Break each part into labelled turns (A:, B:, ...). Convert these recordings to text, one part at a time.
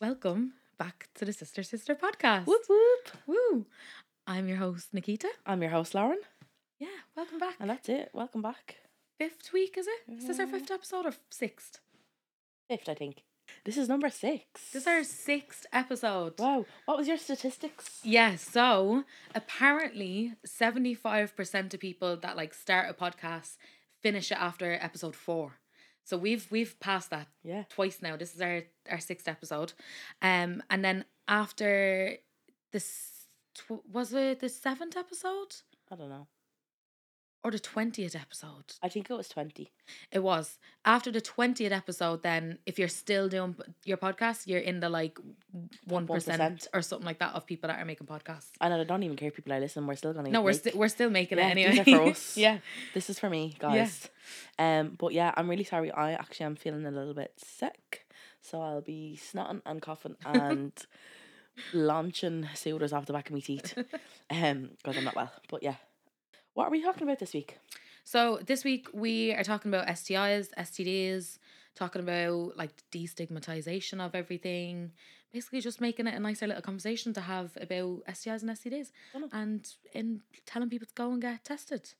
A: Welcome back to the Sister Sister podcast.
B: Whoop whoop.
A: Woo. I'm your host, Nikita.
B: I'm your host, Lauren,
A: Yeah, welcome back.
B: and that's it. Welcome back.
A: Fifth week, is it? Is this our fifth episode or sixth?
B: Fifth, I think. This is number six.
A: This is our sixth episode.
B: Wow. What was your statistics?
A: Yeah, so apparently 75% of people that like start a podcast finish it after episode 4. So we've we've passed that
B: Yeah.
A: twice now. This is our our sixth episode. Um and then after this tw- was it the seventh episode
B: I don't know.
A: or the 20th episode?
B: I think it was twenty.
A: It was. After the 20th episode then if you're still doing p- your podcast, you're in the like 1%,
B: 1%.
A: or something like that of people that are making podcasts.
B: I know. I don't even care. if People are listening. We're still gonna.
A: No, we're
B: make-
A: still we're still making
B: Yeah,
A: it anyway.
B: these are for us.
A: yeah.
B: This is for me, guys. Um. But yeah, I'm really sorry. I actually am feeling a little bit sick, so I'll be snotting and coughing and launching sewers off the back of my teeth. Um. Because I'm not well. But yeah. What are we talking about this week?
A: So this week we are talking about STIs, STDs, talking about like destigmatization of everything. Basically, just making it a nicer little conversation to have about STIs and STDs,
B: Dunno.
A: and in telling people to go and get tested.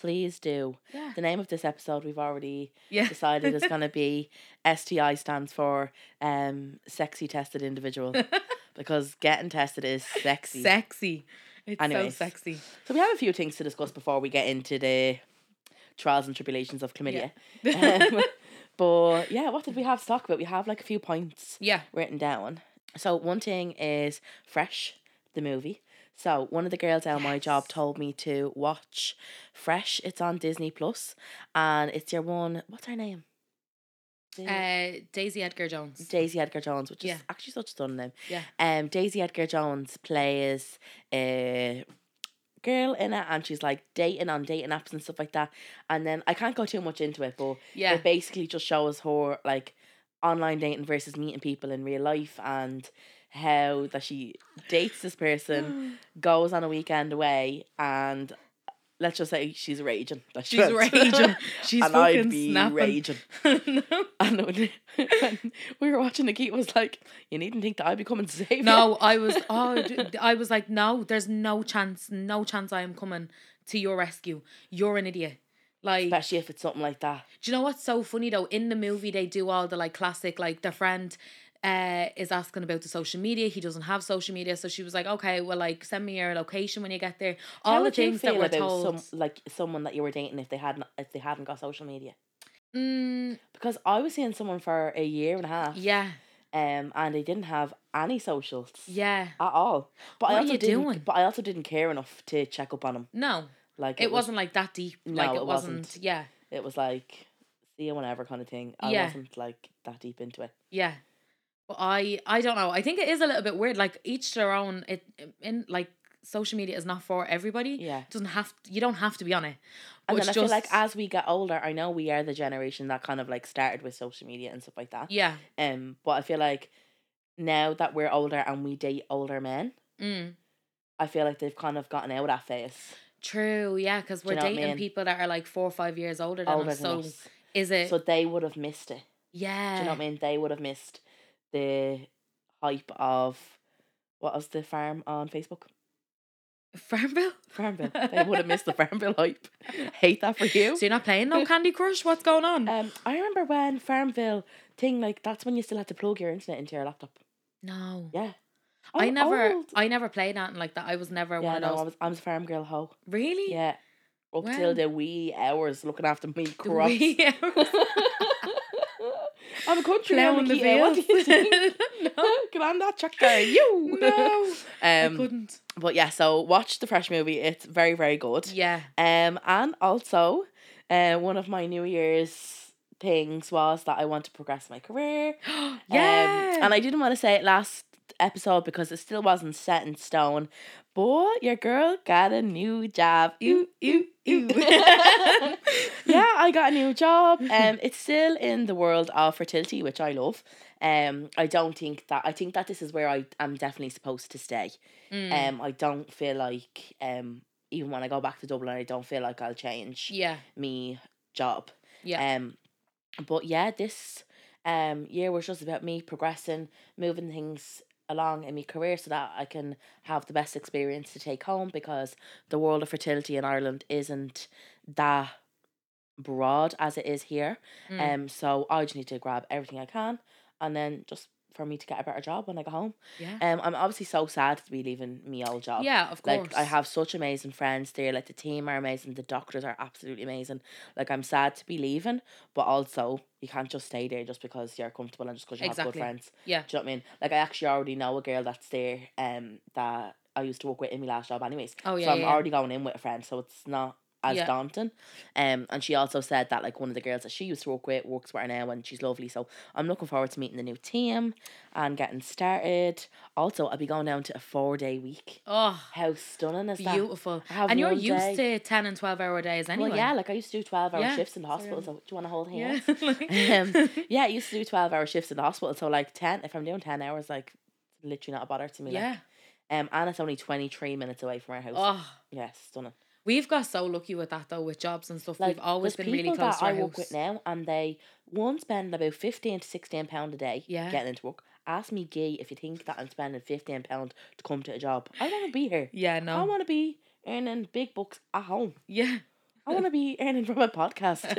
B: Please do.
A: Yeah,
B: The name of this episode we've already
A: yeah.
B: decided is going to be STI stands for um sexy tested individual because getting tested is sexy.
A: sexy. It's
B: Anyways.
A: so sexy.
B: so we have a few things to discuss before we get into the trials and tribulations of chlamydia. Um, but yeah, what did we have to talk about? We have like a few points
A: yeah,
B: written down. So one thing is Fresh, the movie. So one of the girls at my job
A: Yes.
B: told me to watch Fresh. It's on Disney Plus, and it's your one. What's her name? The-
A: uh, Daisy Edgar Jones.
B: Daisy Edgar Jones, which
A: Yeah.
B: is actually such a stunning name.
A: Yeah.
B: Um, Daisy Edgar Jones plays a girl in it, and she's like dating on dating apps and stuff like that. And then I can't go too much into it, but
A: Yeah,
B: it basically just shows her like online dating versus meeting people in real life and how that she dates this person, goes on a weekend away, and uh, let's just say she's raging. That's
A: she's
B: it.
A: raging. She's
B: and
A: fucking
B: I'd be
A: snapping.
B: raging.
A: No.
B: And when, when we were watching, Nikita was like, "You needn't think that I'd be coming to save you."
A: No, I was oh, d- I was like, no, there's no chance, no chance I am coming to your rescue. You're an idiot. Like,
B: especially if it's something like that.
A: do you know what's so funny though? In the movie, they do all the like classic, like their friend uh is asking about the social media. He doesn't have social media, so she was like, okay, well, like send me your location when you get there. All
B: How
A: the
B: would you
A: things that
B: feel
A: were
B: about
A: told.
B: some like someone that you were dating if they hadn't if they hadn't got social media.
A: Mm,
B: Because I was seeing someone for a year and a half,
A: yeah,
B: um, and they didn't have any socials
A: yeah.
B: at all. But I
A: What are
B: also
A: you
B: didn't,
A: doing?
B: But I also didn't care enough to check up on them.
A: No,
B: Like
A: it,
B: was-
A: wasn't like that deep.
B: No,
A: like it,
B: it
A: wasn't.
B: wasn't.
A: Yeah,
B: it was like see you whenever kind of thing. I
A: Yeah.
B: wasn't like that deep into it.
A: Yeah. But I I don't know. I think it is a little bit weird. Like each their own. It in like social media is not for everybody.
B: Yeah.
A: It doesn't have you don't have to be on it. But
B: And
A: it's
B: then I feel like
A: just-
B: as we get older, I know we are the generation that kind of like started with social media and stuff like that.
A: yeah.
B: Um, but I feel like now that we're older and we date older men,
A: Mm.
B: I feel like they've kind of gotten out of that phase.
A: True. Yeah. Because
B: Do
A: we're
B: you know what I
A: dating
B: mean?
A: people that are like four or five years older than
B: Older
A: us.
B: than
A: So
B: us.
A: is it?
B: So they would have missed it.
A: yeah.
B: Do you know what I mean? They would have missed the hype of what was the farm on Facebook?
A: Farm bill.
B: Farm bill. they would have missed the farm bill hype. Hate that for you.
A: So you're not playing no Candy Crush. What's going on?
B: Um, I remember when Farmville thing like that's when you still had to plug your internet into your laptop.
A: no.
B: Yeah,
A: Mm. I
B: I'm
A: never.
B: old.
A: I never played that and like that. I was never
B: Yeah,
A: one of
B: no,
A: those.
B: I was I was a farm girl hoe.
A: really.
B: Yeah, up
A: Wow.
B: till the wee hours looking after me
A: The
B: crops.
A: wee-
B: I'm a country
A: Plough
B: man,
A: in the
B: Nikita, what do you think?
A: field. no,
B: Granda Chaka, you.
A: no, I
B: Um,
A: couldn't.
B: but yeah, so watch the fresh movie. It's very very good.
A: Yeah.
B: Um, and also, uh, one of my New Year's things was that I want to progress my career.
A: yeah.
B: Um, and I didn't want to say it last episode because it still wasn't set in stone. But your girl got a new job. Ooh, ooh, ooh. Mm, yeah, I got a new job. Um, it's still in the world of fertility, which I love. Um, I don't think that I think that this is where I am definitely supposed to stay.
A: Mm,
B: Um, I don't feel like um even when I go back to Dublin, I don't feel like I'll change
A: yeah.
B: me job.
A: Yeah.
B: Um, but yeah, this um year was just about me progressing, moving things along in my career so that I can have the best experience to take home because the world of fertility in Ireland isn't that broad as it is here.
A: Mm.
B: Um so I just need to grab everything I can and then just for me to get a better job when I go home.
A: yeah.
B: Um I'm obviously so sad to be leaving me old job.
A: yeah, of course.
B: Like I have such amazing friends there. Like the team are amazing. The doctors are absolutely amazing. Like I'm sad to be leaving, but also you can't just stay there just because you're comfortable and just because you have
A: Exactly.
B: good friends.
A: Yeah.
B: Do you know what I mean? Like I actually already know a girl that's there. Um, that I used to work with in my last job, anyways.
A: Oh yeah.
B: so I'm
A: yeah, yeah.
B: already going in with a friend, so it's not as
A: Yeah.
B: daunting. Um, and she also said that like one of the girls that she used to work with works with her now, and she's lovely. So I'm looking forward to meeting the new team and getting started. Also, I'll be going down to a four day week.
A: Oh,
B: How stunning is that?
A: beautiful.
B: I have
A: And you're
B: one
A: used to
B: day.
A: ten and twelve hour days anyway.
B: Well, yeah, like I used to do 12 hour
A: Yeah,
B: shifts in the hospital.
A: sorry.
B: So, do you want to hold
A: Yeah.
B: hands? Yeah.
A: um,
B: Yeah, I used to do 12 hour shifts in the hospital. So, like 10, if I'm doing 10 hours, like literally not a bother to me. Like,
A: yeah.
B: um, and it's only 23 minutes away from our house.
A: Oh,
B: Yes, stunning.
A: we've got so lucky with that though, with jobs and stuff.
B: Like,
A: we've always
B: there's
A: been really
B: people
A: close
B: that
A: to our
B: I work
A: house.
B: with now, and they one spend about 15 to 16 pounds a day
A: Yeah.
B: getting into work. Ask me, gay, if you think that I'm spending 15 pounds to come to a job. I want to be here.
A: Yeah, no.
B: I want to be earning big bucks at home.
A: yeah.
B: I want to be earning from a podcast.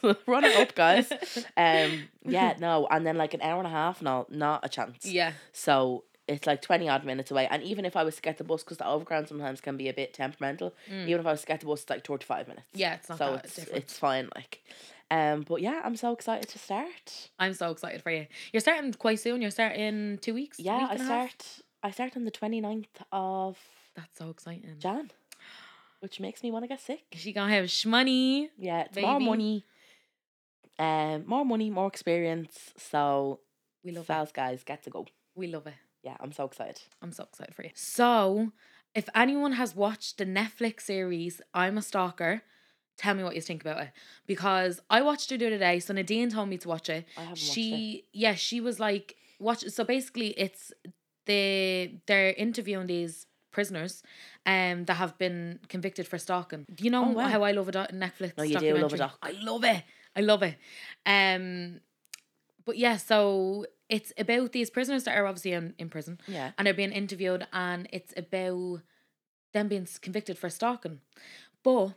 B: Run it up, guys. Um, yeah, no, and then like an hour and a half, no, not a chance.
A: yeah.
B: So it's like 20 odd minutes away. And even if I was to get the bus, because the overground sometimes can be a bit temperamental,
A: Mm.
B: even if I was to get the bus, it's like 45 minutes.
A: Yeah, it's not
B: so
A: that
B: it's,
A: different.
B: it's fine. Like, um, but yeah, I'm so excited to start.
A: I'm so excited for you. You're starting quite soon. You're starting two weeks.
B: Yeah,
A: week
B: I
A: and a half?
B: start, I start on the 29th of
A: That's so exciting.
B: Jan, which makes me want to get sick.
A: She gonna have shmoney.
B: Yeah, it's more
A: Baby.
B: money. Um, more money, more experience. So,
A: We love it.
B: sales guys, get to go.
A: We love it.
B: Yeah, I'm so excited.
A: I'm so excited for you. So, if anyone has watched the Netflix series I'm a Stalker, tell me what you think about it because I watched it the other day. So Nadine told me to watch it.
B: I haven't watched it.
A: She yeah, she was like watch. So basically, it's they they're interviewing these prisoners, um, that have been convicted for stalking. Do you know
B: Oh, wow.
A: how I love a do- Netflix?
B: No, you do love a
A: documentary?
B: doc.
A: I love it. I love it. Um, but yeah, so it's about these prisoners that are obviously in, in prison
B: Yeah.
A: and they're being interviewed and it's about them being s- convicted for stalking. But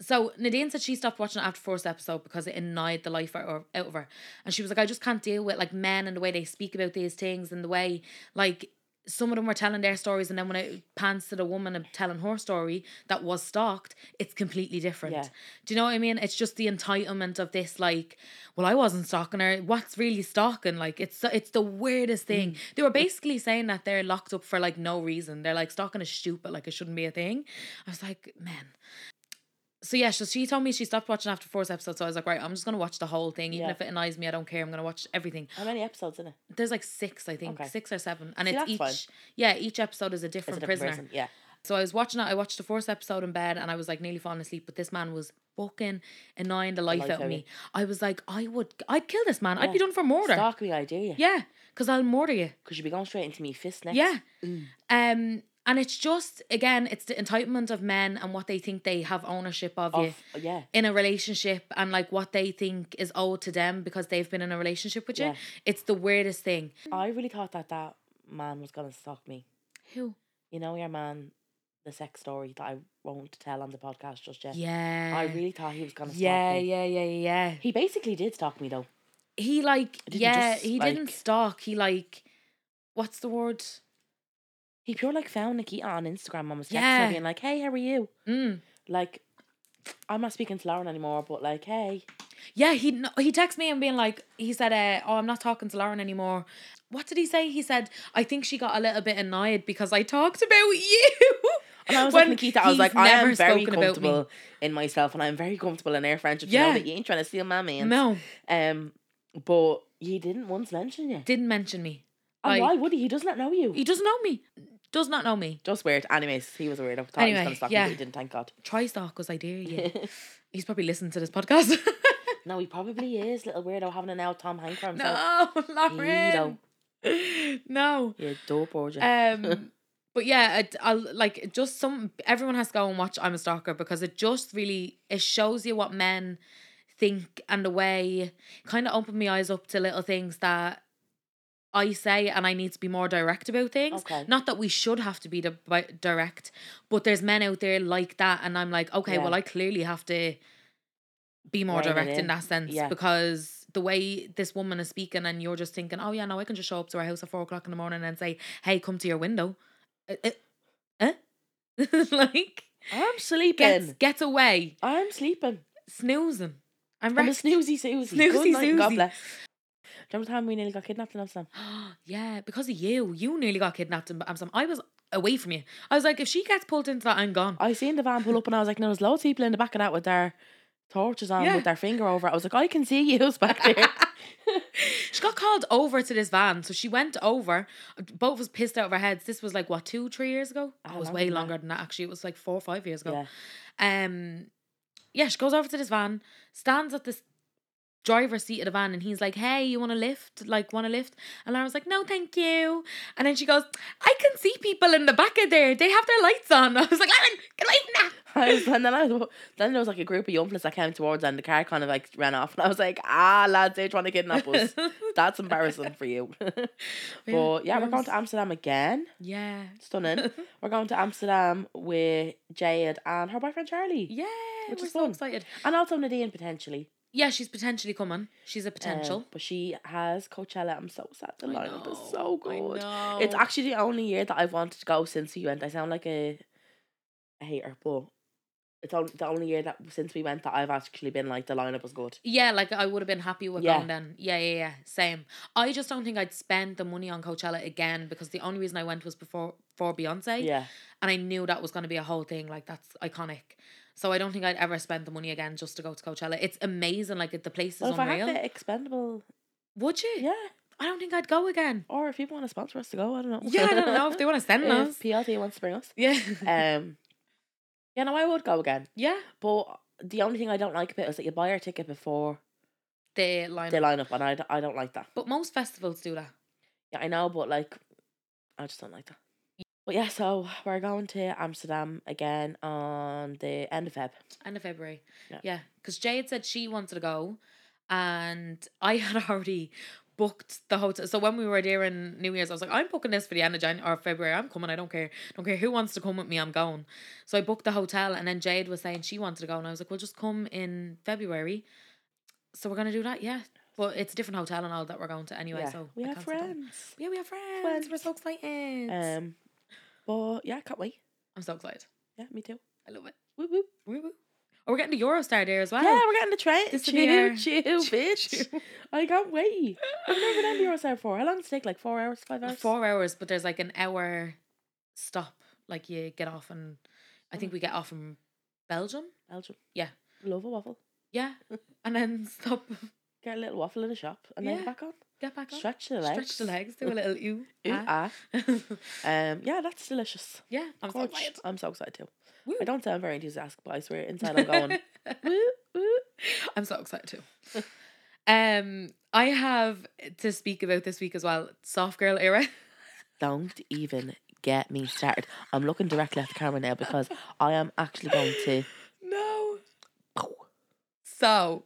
A: so Nadine said she stopped watching it after first episode because it annoyed the life out of out of her. And she was like, I just can't deal with like men and the way they speak about these things and the way like some of them were telling their stories and then when it pans to the woman and telling her story that was stalked, it's completely different.
B: Yeah.
A: Do you know what I mean? It's just the entitlement of this like, well, I wasn't stalking her. What's really stalking? Like it's so- it's the weirdest thing. They were basically saying that they're locked up for like no reason. They're like stalking is stupid, like it shouldn't be a thing. I was like, man. So yeah, so she told me she stopped watching after fourth episode. So I was like, right, I'm just gonna watch the whole thing, even
B: Yeah.
A: if it annoys me, I don't care. I'm gonna watch everything.
B: How many episodes in it?
A: There's like six, I think,
B: Okay.
A: six or seven, and
B: See,
A: it's
B: that's
A: each.
B: fine.
A: Yeah, each episode is a
B: Is
A: different
B: it a
A: prisoner.
B: prison? Yeah.
A: So I was watching it. I watched the first episode in bed, and I was like nearly falling asleep. But this man was fucking annoying the life,
B: life
A: out
B: out
A: of
B: of
A: me. I was like, I would, I'd kill this man. I'd be
B: Yeah.
A: done for murder.
B: Stalk me, I do you.
A: Yeah, because I'll murder you.
B: Because you'd be going straight into me fist next.
A: Yeah.
B: Mm.
A: Um, and it's just again, it's the entitlement of men and what they think they have ownership of, you
B: Off. Yeah.
A: in a relationship and like what they think is owed to them because they've been in a relationship with you.
B: Yeah.
A: It's the weirdest thing.
B: I really thought that that man was going to stalk me.
A: Who?
B: You know your man, the sex story that I won't tell on the podcast just yet.
A: Yeah.
B: I really thought he was going to stalk
A: yeah,
B: me.
A: yeah, yeah, yeah.
B: He basically did stalk me though.
A: He like
B: Didn't
A: yeah,
B: just,
A: he didn't
B: like-
A: stalk. He like what's the word?
B: He pure like found Nikita on Instagram and was texting
A: Yeah.
B: her being like, hey, how are you?
A: Mm.
B: Like, I'm not speaking to Lauren anymore, but like, hey.
A: Yeah, he no, he texted me and being like he said uh, oh I'm not talking to Lauren anymore. What did he say? He said I think she got a little bit annoyed because I talked about you.
B: And I was
A: When
B: like, Nikita, I was
A: he's
B: like, I am
A: never
B: very
A: spoken about me.
B: comfortable in myself and I'm very comfortable in our friendship. You
A: Yeah.
B: know that you ain't trying to steal my man.
A: No,
B: Um, but he didn't once mention you.
A: didn't mention me.
B: and Oh, why
A: like-
B: would he? He does not know you.
A: He doesn't know me. Does not know me.
B: Just weird. Anyways, he was a weirdo. Thought he was
A: Anyway,
B: gonna stalk
A: yeah.
B: me, but he didn't, thank God.
A: Try stalk as I dare you. He's probably listened to this podcast.
B: no, he probably is, little weirdo, having an out Tom Hank for himself.
A: no, Lauren.
B: Pedo.
A: No.
B: Yeah, dope orgy.
A: Um, but yeah, it, I'll like just some. Everyone has to go and watch I'm a Stalker because it just really it shows you what men think and the way kind of opened my eyes up to little things that I say and I need to be more direct about things.
B: Okay.
A: Not that we should have to be di- bi- direct, but there's men out there like that, and I'm like, okay,
B: Yeah.
A: well, I clearly have to be more
B: Rein it
A: direct in.
B: in.
A: that sense
B: Yeah.
A: because the way this woman is speaking, and you're just thinking, oh yeah, no, I can just show up to her house at four o'clock in the morning and say, hey, come to your window. Uh, uh, huh? like
B: I'm sleeping.
A: gets gets away
B: I'm sleeping.
A: snoozing. I'm
B: I'm a
A: wrecked.
B: snoozy Susie.
A: Snoozy
B: Good night and God
A: Susie.
B: bless. Do you remember the time we nearly got kidnapped in Amsterdam?
A: yeah, because of you, you nearly got kidnapped in Amsterdam. I was away from you. I was like, if she gets pulled into that, I'm gone.
B: I seen the van pull up and I was like, no, there's loads of people in the back of that with their torches on,
A: Yeah.
B: with their finger over. it. I was like, I can see you back there.
A: She got called over to this van, so she went over. Both of us pissed out of our heads. This was like what two, three years ago.
B: Ah,
A: Oh, it was
B: longer
A: way
B: than that.
A: longer than that. Actually, it was like four or five years ago.
B: yeah.
A: Um, yeah, she goes over to this van, stands at this driver's seat of the van, and he's like, "Hey, you want a lift? Like, want a lift?" And Laura's like, "No, thank you." And then she goes, "I can see people in the back of there. They have their lights on." I was like, "Lauren, get away from that!"
B: I was, and then I was, then there was like a group of young fellas that came towards and the car kind of like ran off and I was like, ah lads, they're trying to kidnap us. That's embarrassing for you. but yeah, we're going to Amsterdam again.
A: Yeah.
B: Stunning. we're going to Amsterdam with Jade and her boyfriend Charlie.
A: Yeah,
B: Which
A: we're
B: is
A: so
B: fun.
A: excited.
B: And also Nadine potentially.
A: Yeah, she's potentially coming. She's a
B: Um,
A: potential.
B: but she has Coachella. I'm so sad the
A: I
B: lineup is
A: know,
B: so
A: I
B: good. It's
A: know.
B: actually the only year that I've wanted to go since we went. I sound like a, a hater, but it's only the only year that since we went that I've actually been like the lineup was good.
A: Yeah, like I would have been happy with
B: Yeah.
A: going then. Yeah, yeah, yeah. Same. I just don't think I'd spend the money on Coachella again because the only reason I went was before for Beyonce.
B: Yeah,
A: And I knew that was gonna be a whole thing. Like that's iconic. So I don't think I'd ever spend the money again just to go to Coachella. It's amazing. Like the place is
B: well, if I
A: unreal.
B: had the expendable,
A: Would you?
B: yeah,
A: I don't think I'd go again.
B: or if people want to sponsor us to go, I don't know.
A: Yeah, I don't know if they want to send us.
B: if PLT wants to bring us.
A: Yeah.
B: Um, yeah, no, I would go again,
A: yeah.
B: but the only thing I don't like about it is that you buy your ticket before
A: They line
B: they
A: up.
B: line up, and I, d- I don't like that.
A: But most festivals do that.
B: Yeah, I know, but like, I just don't like that. But yeah, so we're going to Amsterdam again on the end of Feb.
A: End of February.
B: Yeah.
A: Yeah. Because Jade said she wanted to go and I had already booked the hotel. So when we were there in New Year's, I was like, I'm booking this for the end of January or February. I'm coming. I don't care. don't care who wants to come with me. I'm going. So I booked the hotel and then Jade was saying she wanted to go. And I was like, well, just come in February. So we're going to do that. Yeah. But it's a different hotel and all that we're going to anyway.
B: yeah,
A: So
B: we
A: I
B: have
A: cancelled that one.
B: friends.
A: Yeah, we have friends.
B: Friends.
A: We're so excited.
B: Um, but yeah, can't wait.
A: I'm so excited.
B: Yeah, me too.
A: I love it.
B: Woo woo.
A: Woo woo. Oh, we're getting the Eurostar there as well.
B: Yeah, we're getting the train.
A: This
B: Choo
A: in the air.
B: choo, bitch. I can't wait. I've never been on the Eurostar for. How long does it take? Like four hours, five hours.
A: four hours, but there's like an hour stop. Like you get off, and I
B: Mm.
A: think we get off in Belgium.
B: Belgium.
A: Yeah.
B: Love a waffle.
A: Yeah, and then stop,
B: Get a little waffle in a shop and
A: Yeah.
B: then back on.
A: get back up,
B: Stretch the legs.
A: stretch the legs, do a little ooh,
B: Ooh,
A: ah.
B: ah. Um, yeah, that's delicious.
A: yeah. I'm so
B: Gorge.
A: excited.
B: I'm so excited too.
A: Woo.
B: I don't sound very enthusiastic, but I swear inside I'm going. woo, woo.
A: I'm so excited too. Um, I have to speak about this week as well. Soft girl era.
B: Don't even get me started. I'm looking directly at the camera now because I am actually going to.
A: No. So,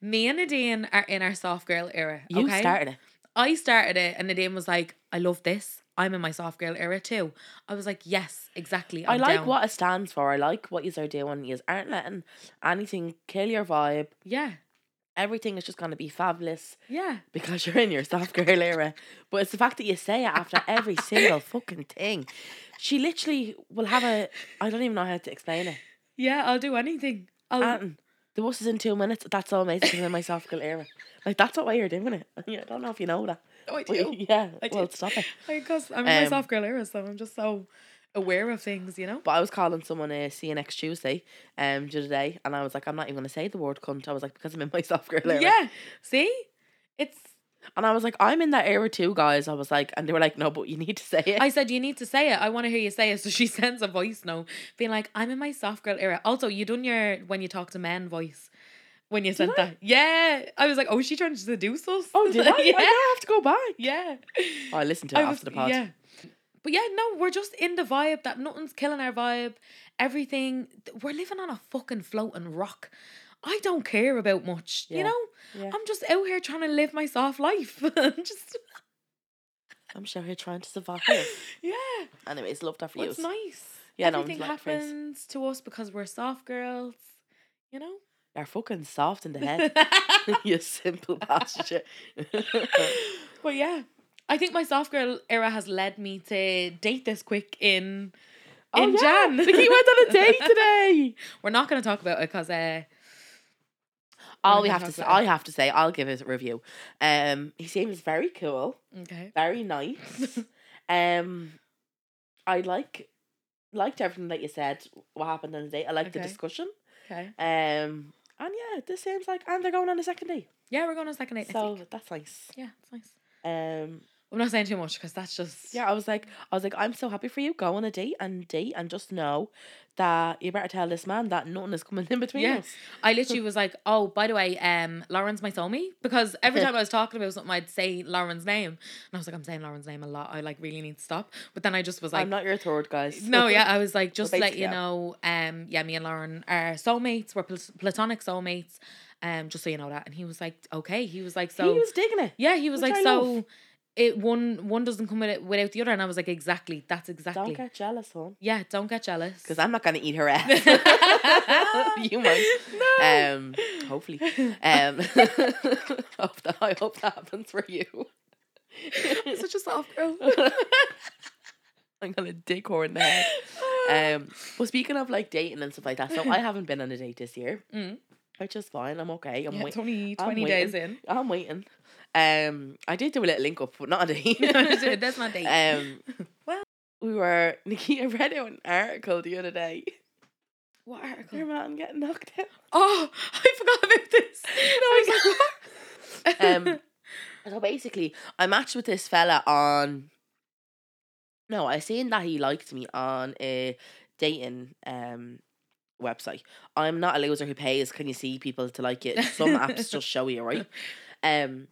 A: me and Nadine are in our soft girl era.
B: You
A: okay?
B: started it.
A: I started it, and Nadine was like, "I love this. I'm in my soft girl era too." I was like, "Yes, exactly.
B: I
A: I'm
B: like
A: down."
B: what it stands for. I like what you are doing. You aren't letting anything kill your vibe.
A: Yeah,
B: Everything is just going to be fabulous
A: yeah.
B: because you're in your soft girl era. But it's the fact that you say it after every single fucking thing. She literally will have a. I don't even know how to explain it.
A: Yeah, I'll do anything. I'll,
B: Anton, the bus is in two minutes. That's so amazing. It's in my soft girl era. Like, that's what way you're doing it. I don't know if you know that.
A: oh, I
B: But
A: do.
B: yeah,
A: I
B: well,
A: did.
B: stop it.
A: Because I'm in my
B: Um,
A: soft girl era, so I'm just so aware of things, you know.
B: But I was calling someone uh, see you next Tuesday, um, the other day, and I was like, I'm not even gonna say the word cunt. I was like, because I'm in my soft girl era.
A: Yeah. See, it's.
B: And I was like, I'm in that era too, guys. I was like, and they were like, no, but you need to say it.
A: I said you need to say it. I want to hear you say it. So she sends a voice note, being like, "I'm in my soft girl era." Also, you done your when you talk to men voice when you sent
B: I?
A: that. Yeah, I was like, "Oh, is she trying to seduce us?"
B: oh, did I? I
A: yeah.
B: now have to go back.
A: Yeah.
B: Oh, I listened to it
A: I
B: after
A: was-
B: the pod.
A: Yeah. But yeah, no, we're just in the vibe that nothing's killing our vibe. Everything, th- we're living on a fucking floating rock. I don't care about much.
B: Yeah.
A: You know,
B: Yeah.
A: I'm just out here trying to live my soft life. just
B: I'm sure you're trying to survive. here.
A: yeah,
B: Anyways, love that for you.
A: what's nice.
B: Yeah, no,
A: everything
B: like
A: happens to us because we're soft girls. You know.
B: You're fucking soft in the head. you simple bastard.
A: but yeah, I think my soft girl era has led me to date this quick in
B: Oh,
A: in Jan.
B: Like he went on a date today.
A: We're not going to talk about it because uh,
B: All
A: not
B: we
A: gonna
B: have
A: talk
B: to say,
A: about it.
B: I have to say, I'll give his review. Um, he seems very cool,
A: okay,
B: very nice. um, I like liked everything that you said. What happened on the date? I liked the
A: Okay.
B: discussion.
A: okay,
B: Um, and yeah, this seems like, and they're going on a second date,
A: yeah, we're going on a second date. next
B: so
A: week.
B: that's nice.
A: yeah, it's nice.
B: Um,
A: I'm not saying too much because that's just
B: Yeah, I was like, I was like, I'm so happy for you. Go on a date and date, and just know that you better tell this man that nothing is coming in between
A: Yeah.
B: us.
A: I literally was like, oh, by the way, um, Lauren's my soulmate because every time I was talking about something, I'd say Lauren's name, and I was like, I'm saying Lauren's name a lot. I like really need to stop. But then I just was like,
B: I'm not your third, guys.
A: no, yeah, I was like, just let
B: basically,
A: you
B: yeah.
A: know, um, yeah, me and Lauren are soulmates. We're pl- platonic soulmates, um, just so you know that. And he was like, okay. He was like, so
B: he was digging it.
A: yeah, he was
B: which
A: like,
B: I
A: so
B: love.
A: it one one doesn't come with it without the other, and I was like, exactly, that's exactly.
B: Don't get jealous, hon.
A: yeah, don't get jealous.
B: Because I'm not gonna eat her ass. you might.
A: No.
B: Um, hopefully. Um, hope that, I hope that happens for you.
A: such a soft girl.
B: Oh, I'm gonna dig her in the head. Um, but speaking of like dating and stuff like that, so I haven't been on a date this year,
A: Mm.
B: which is fine. I'm okay. I'm
A: Yeah,
B: wait-
A: 20,
B: I'm
A: 20 days in.
B: I'm waiting. Um, I did do a little link up, but not a date.
A: That's my date.
B: um,
A: Well.
B: we were Nikita read out an article the other day.
A: what
B: Your
A: article?
B: man getting knocked out.
A: Oh, I forgot about this. I was like, what?
B: Um, so basically, I matched with this fella on. No, I seen that he liked me on a dating um website. I'm not a loser who pays. Can you see people to like it? Some apps just show you, right? Um,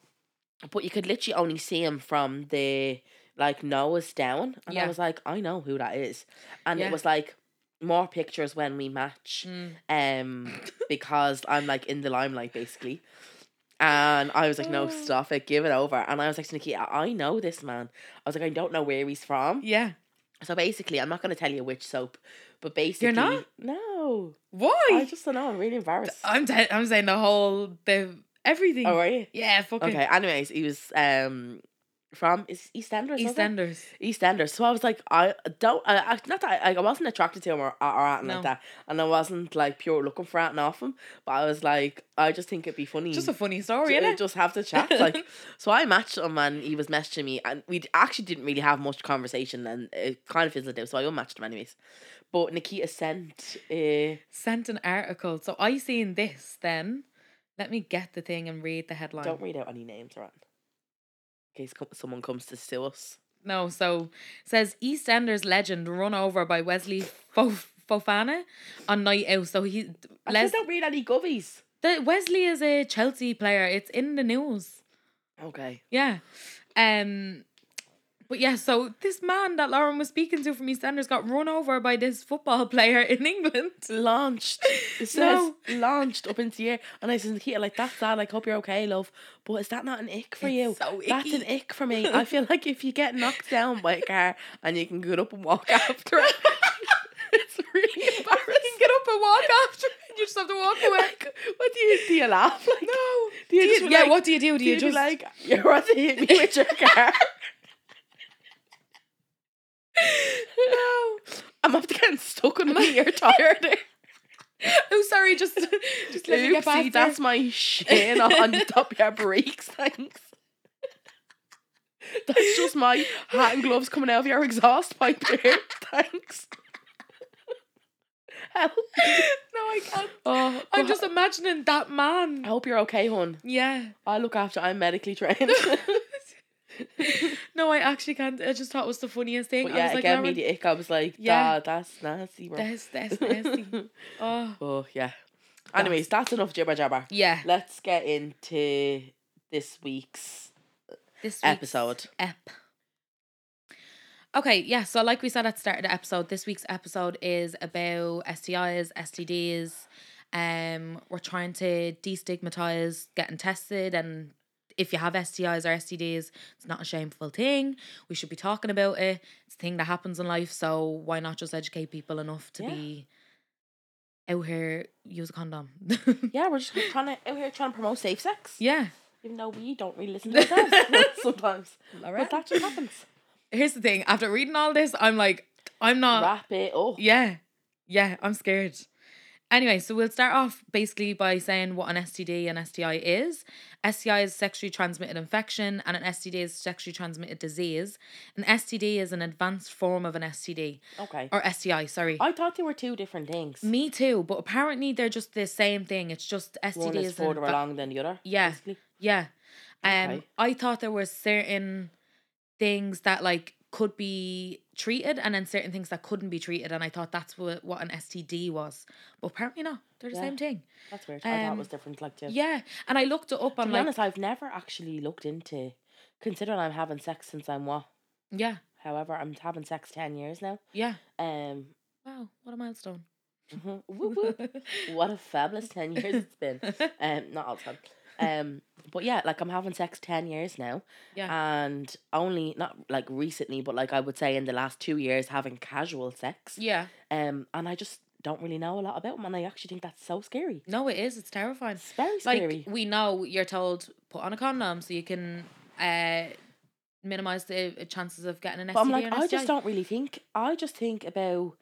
B: but you could literally only see him from the like nose down, and I
A: Yeah.
B: was like, I know who that is, and
A: Yeah.
B: it was like more pictures when we match
A: Mm.
B: um because I'm like in the limelight basically. And I was like, no,
A: Oh.
B: stop it, give it over. And I was like to Nikki, I I know this man. I was like, I don't know where he's from.
A: yeah.
B: So basically, I'm not gonna tell you which soap, but basically,
A: You're not?
B: No, I
A: Why?
B: just don't know. I'm really embarrassed.
A: I'm te- I'm saying the whole the everything.
B: Oh, are you?
A: Yeah, fucking
B: Okay. Anyways, he was um from is EastEnders. was it?
A: EastEnders.
B: EastEnders. So I was like, I don't, I, I not that I, I wasn't attracted to him or, or anything
A: No.
B: like that, and I wasn't like pure looking for anything off him. But I was like, I just think it'd be funny.
A: Just a funny
B: Ju-
A: story,
B: uh,
A: innit?
B: just have the chat. Like, so I matched him and he was messaging me, and we d- actually didn't really have much conversation, and it kind of fizzled out. So I unmatched him anyways. But Nikita sent. Uh,
A: Sent an article. So I seen this then. Let me get the thing and read the headline.
B: don't read out any names, right? In case co- someone comes to sue us.
A: No, so says EastEnders legend run over by Wesley Fof- Fofana on night out. So he
B: I
A: Les-
B: said don't read any govies.
A: the Wesley is a Chelsea player. It's in the news.
B: Okay.
A: Yeah. Um but yeah, so this man that Lauren was speaking to from EastEnders got run over by this football player in England.
B: Launched. It says
A: No.
B: launched up into the air. And I said, Nikita, like, that's sad. Like, hope you're okay, love. But is that not an ick for
A: It's
B: you?
A: so
B: That's an
A: icky.
B: ick for me. I feel like if you get knocked down by a car and you can get up and walk after it, it's really
A: You can
B: embarrassing.
A: get up and walk after it. You just have to walk away.
B: Like, what do you do? You laugh? Like,
A: no.
B: Do you
A: Do you-
B: just be
A: yeah,
B: like-
A: what do you do? Do,
B: do
A: you,
B: you be
A: just
B: like you're about to hit me with your car?
A: No.
B: I'm up to getting stuck on my ear tire. There.
A: Oh sorry, just just let me get back.
B: Oopsie, that's my shin on the top of your brakes. Thanks. That's just my hat and gloves coming out of your exhaust pipe there. Thanks. Help.
A: there. no, I can't.
B: Oh,
A: I'm
B: God.
A: just imagining that
B: I
A: man.
B: hope you're okay, hon.
A: Yeah.
B: I look after. I'm medically trained.
A: no, I actually can't. I just thought it was the funniest thing.
B: But
A: I
B: yeah,
A: was
B: it
A: like,
B: gave me
A: Lauren,
B: the ick. I was like, yeah,
A: Yeah.
B: that's nasty, bro.
A: that's that's nasty. Oh.
B: oh yeah. Anyways, that's enough jibber jabber.
A: Yeah.
B: Let's get into this week's
A: This week's
B: Uh, episode.
A: Ep. Okay, yeah. So, like we said at the start of the episode, this week's episode is about STIs, STDs, Um, we're trying to destigmatize getting tested and if you have STIs or STDs, it's not a shameful thing. We should be talking about it. It's a thing that happens in life, so why not just educate people enough to
B: Yeah.
A: be out here use a condom?
B: Yeah, we're just trying to out here trying to promote safe sex.
A: yeah.
B: Even though we don't really listen to ourselves sometimes.
A: All
B: But that just happens.
A: Here's the thing. After reading all this, I'm like, I'm not.
B: Wrap it up.
A: Yeah. Yeah, I'm scared. Anyway, so we'll start off basically by saying what an STD and STI is. STI is sexually transmitted infection, and an STD is sexually transmitted disease. An STD is an advanced form of an STD
B: Okay.
A: or STI. Sorry.
B: I thought they were two different things.
A: Me too, but apparently they're just the same thing. It's just STD
B: One is
A: is an
B: further
A: adva-
B: along than the other.
A: Yeah.
B: basically.
A: Yeah. Um,
B: Okay.
A: I thought there were certain things that like could be treated and then certain things that couldn't be treated. And I thought that's what, what an STD was. But apparently not. They're the
B: Yeah.
A: same thing.
B: That's weird. I thought
A: Um,
B: it was different like two.
A: Yeah. And I looked it up
B: To
A: on
B: be
A: like,
B: honest, I've never actually looked into considering I'm having sex since I'm what?
A: yeah,
B: However, I'm having sex ten years now.
A: yeah.
B: Um
A: Wow, what a milestone.
B: mhm, whoop, whoop. what a fabulous 10 years it's been um not all the time um but yeah like i'm having sex 10 years now
A: Yeah.
B: and only not like recently but like i would say in the last two years having casual sex
A: yeah.
B: um and i just don't really know a lot about them and i actually think that's so scary
A: No, it is. It's terrifying.
B: it's very
A: Like
B: scary
A: we know you're told put on a condom so you can uh minimize the uh, chances of getting an STD.
B: but i'm
A: or
B: like
A: an
B: i
A: STI.
B: just don't really think i just think about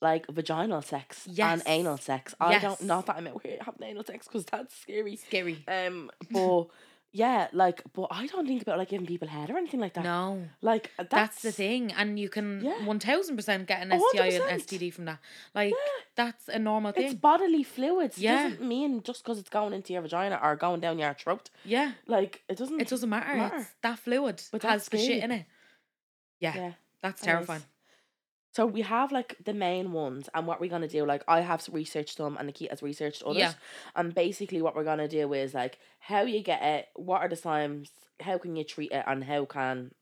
B: like vaginal sex
A: Yes.
B: and anal sex i
A: Yes.
B: don't not that i'm out here having anal sex because that's scary
A: Scary.
B: Um, but yeah, like, but I don't think about like giving people head or anything like that.
A: No.
B: Like that's,
A: that's, the thing and you can
B: Yeah.
A: 1000% get an
B: A hundred
A: sti and
B: percent.
A: std from that like
B: Yeah.
A: that's a normal thing
B: It's bodily fluids.
A: Yeah.
B: It doesn't mean just because it's going into your vagina or going down your throat.
A: yeah
B: Like it doesn't.
A: it doesn't matter,
B: matter.
A: it's that fluid
B: But
A: has
B: that's
A: the shit
B: scary.
A: in it yeah,
B: Yeah,
A: that's
B: it is.
A: terrifying
B: So we have like the main ones, and what we're gonna do, like I have researched some, and Nikita's researched others.
A: Yeah.
B: And basically, what we're gonna do is like how you get it, what are the signs, how can you treat it, and how can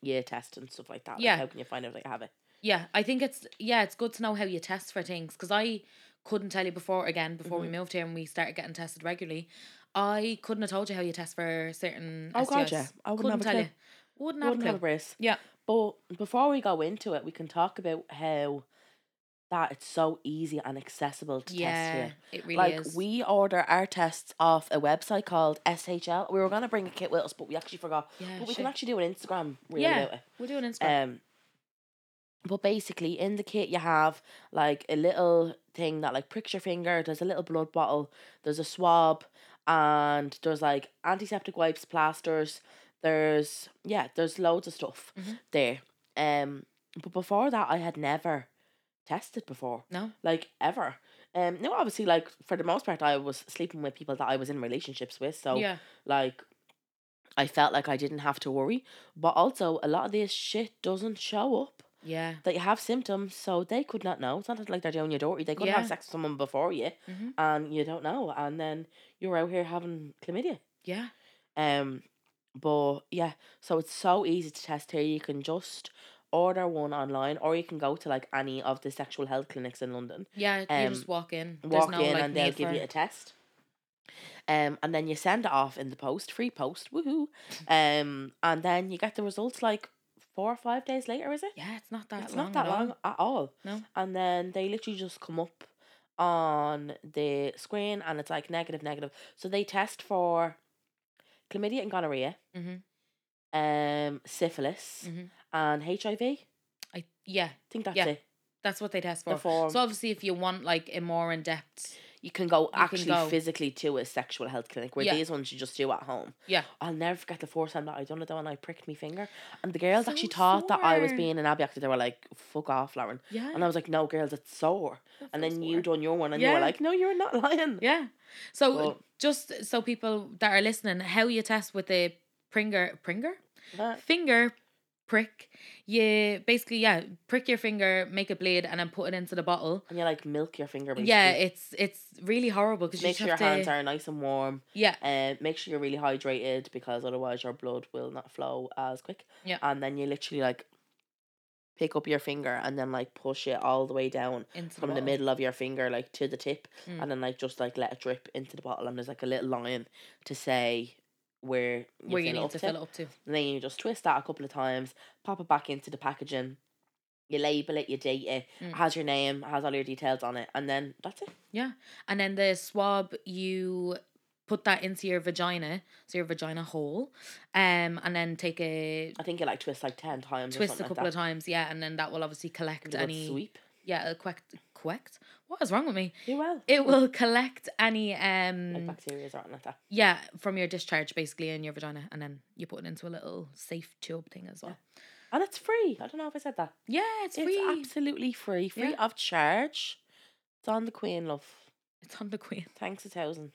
B: you test and stuff like that. Like,
A: Yeah.
B: how can you find out that you have it?
A: yeah i think it's yeah it's good to know how you test for things because i couldn't tell you before again before
B: Mm-hmm.
A: we moved here and we started getting tested regularly i couldn't have told you how you test for certain
B: Oh,
A: STIs.
B: God, yeah. I wouldn't have a
A: tell
B: clue.
A: you wouldn't have a
B: Wouldn't have a
A: clue
B: brace.
A: yeah
B: But before we go into it, we can talk about how that it's so easy and accessible to test
A: yeah
B: here.
A: it really
B: like
A: is
B: we order our tests off a website called SHL. We were gonna bring a kit with us, but we actually forgot.
A: yeah,
B: but we
A: shit.
B: can actually do an Instagram reel
A: Yeah.
B: about
A: we're doing
B: it.
A: instagram
B: Um, but basically, in the kit you have like a little thing that like pricks your finger. There's a little blood bottle. There's a swab, and there's like antiseptic wipes, plasters. There's yeah, there's loads of stuff
A: Mhm.
B: there. Um, but before that, I had never tested before
A: no
B: like ever. Um, no, obviously, like for the most part, I was sleeping with people that I was in relationships with, so
A: yeah
B: like I felt like I didn't have to worry. But also, a lot of this shit doesn't show up
A: yeah
B: that you have symptoms, so they could not know. It's not like they're doing you dirty. They could
A: Yeah.
B: have sex with someone before you,
A: Mhm.
B: and you don't know, and then you're out here having chlamydia.
A: yeah
B: Um, but yeah, so it's so easy to test here. You can just order one online, or you can go to like any of the sexual health clinics in London.
A: Yeah, you
B: um,
A: just walk in. There's
B: walk
A: no,
B: in
A: like,
B: and they'll
A: need
B: give
A: for-
B: you a test. Um, and then you send it off in the post, free post, woohoo. Um, and then you get the results like four or five days later, is it?
A: Yeah, it's not that
B: it's
A: long.
B: not that
A: at all.
B: long at all.
A: No.
B: And then they literally just come up on the screen and it's like negative, negative. So they test for chlamydia and gonorrhea,
A: Mhm.
B: um, syphilis,
A: Mhm.
B: and HIV. I
A: I yeah,
B: think that's
A: Yeah,
B: it.
A: that's what they test for.
B: The form.
A: So obviously, if you want like a more in depth,
B: you can go
A: can
B: actually
A: go.
B: physically to a sexual health clinic where
A: Yeah.
B: these ones you just do at home.
A: Yeah.
B: I'll never forget the first time that I done it though and I pricked my finger. And the girls
A: So
B: actually thought that I was
A: sore.
B: being an abductor. They were like, fuck off, Lauren.
A: yeah,
B: And I was like, no, girls, it's sore.
A: that's
B: And
A: so
B: then you
A: sore.
B: done your one and you
A: Yeah.
B: were like, no, you're not lying.
A: yeah. So
B: Well-
A: just so people that are listening, how you test with the pringer, pringer,
B: But
A: finger prick. You basically yeah, prick your finger, make a blade, and then put it into the bottle.
B: And you like milk your finger basically.
A: Yeah, it's it's really horrible because you
B: Make
A: just
B: sure your
A: have
B: hands
A: to,
B: are nice and warm.
A: yeah
B: Um, make sure you're really hydrated because otherwise your blood will not flow as quick.
A: Yeah.
B: And then you literally like pick up your finger and then like push it all the way down
A: into
B: from the
A: bottle.
B: middle of your finger like to the tip
A: Mm.
B: and then like just like let it drip into the bottle and there's like a little line to say where you,
A: where you
B: fill
A: need
B: up
A: to fill it up to.
B: and then you just twist that a couple of times, pop it back into the packaging. You label it, you date it,
A: Mm.
B: it has your name, it has all your details on it, and then that's it.
A: And then the swab, you put that into your vagina, so your vagina hole, um, and then take a
B: I think you like twist like ten times. or
A: twist a
B: something
A: couple
B: like
A: of
B: that.
A: times, yeah, and then that will obviously collect
B: Give it a good
A: any
B: sweep.
A: yeah, it'll collect collect. What is wrong with me?
B: Do well.
A: It will collect any
B: like
A: um
B: bacteria or something like that.
A: yeah from your discharge basically in your vagina, and then you put it into a little safe tube thing as well.
B: And it's free. I don't know if I said that.
A: Yeah, it's,
B: It's,
A: free.
B: absolutely free. Free
A: Yeah.
B: of charge. It's on the Queen, love.
A: it's on the queen.
B: Thanks a thousand.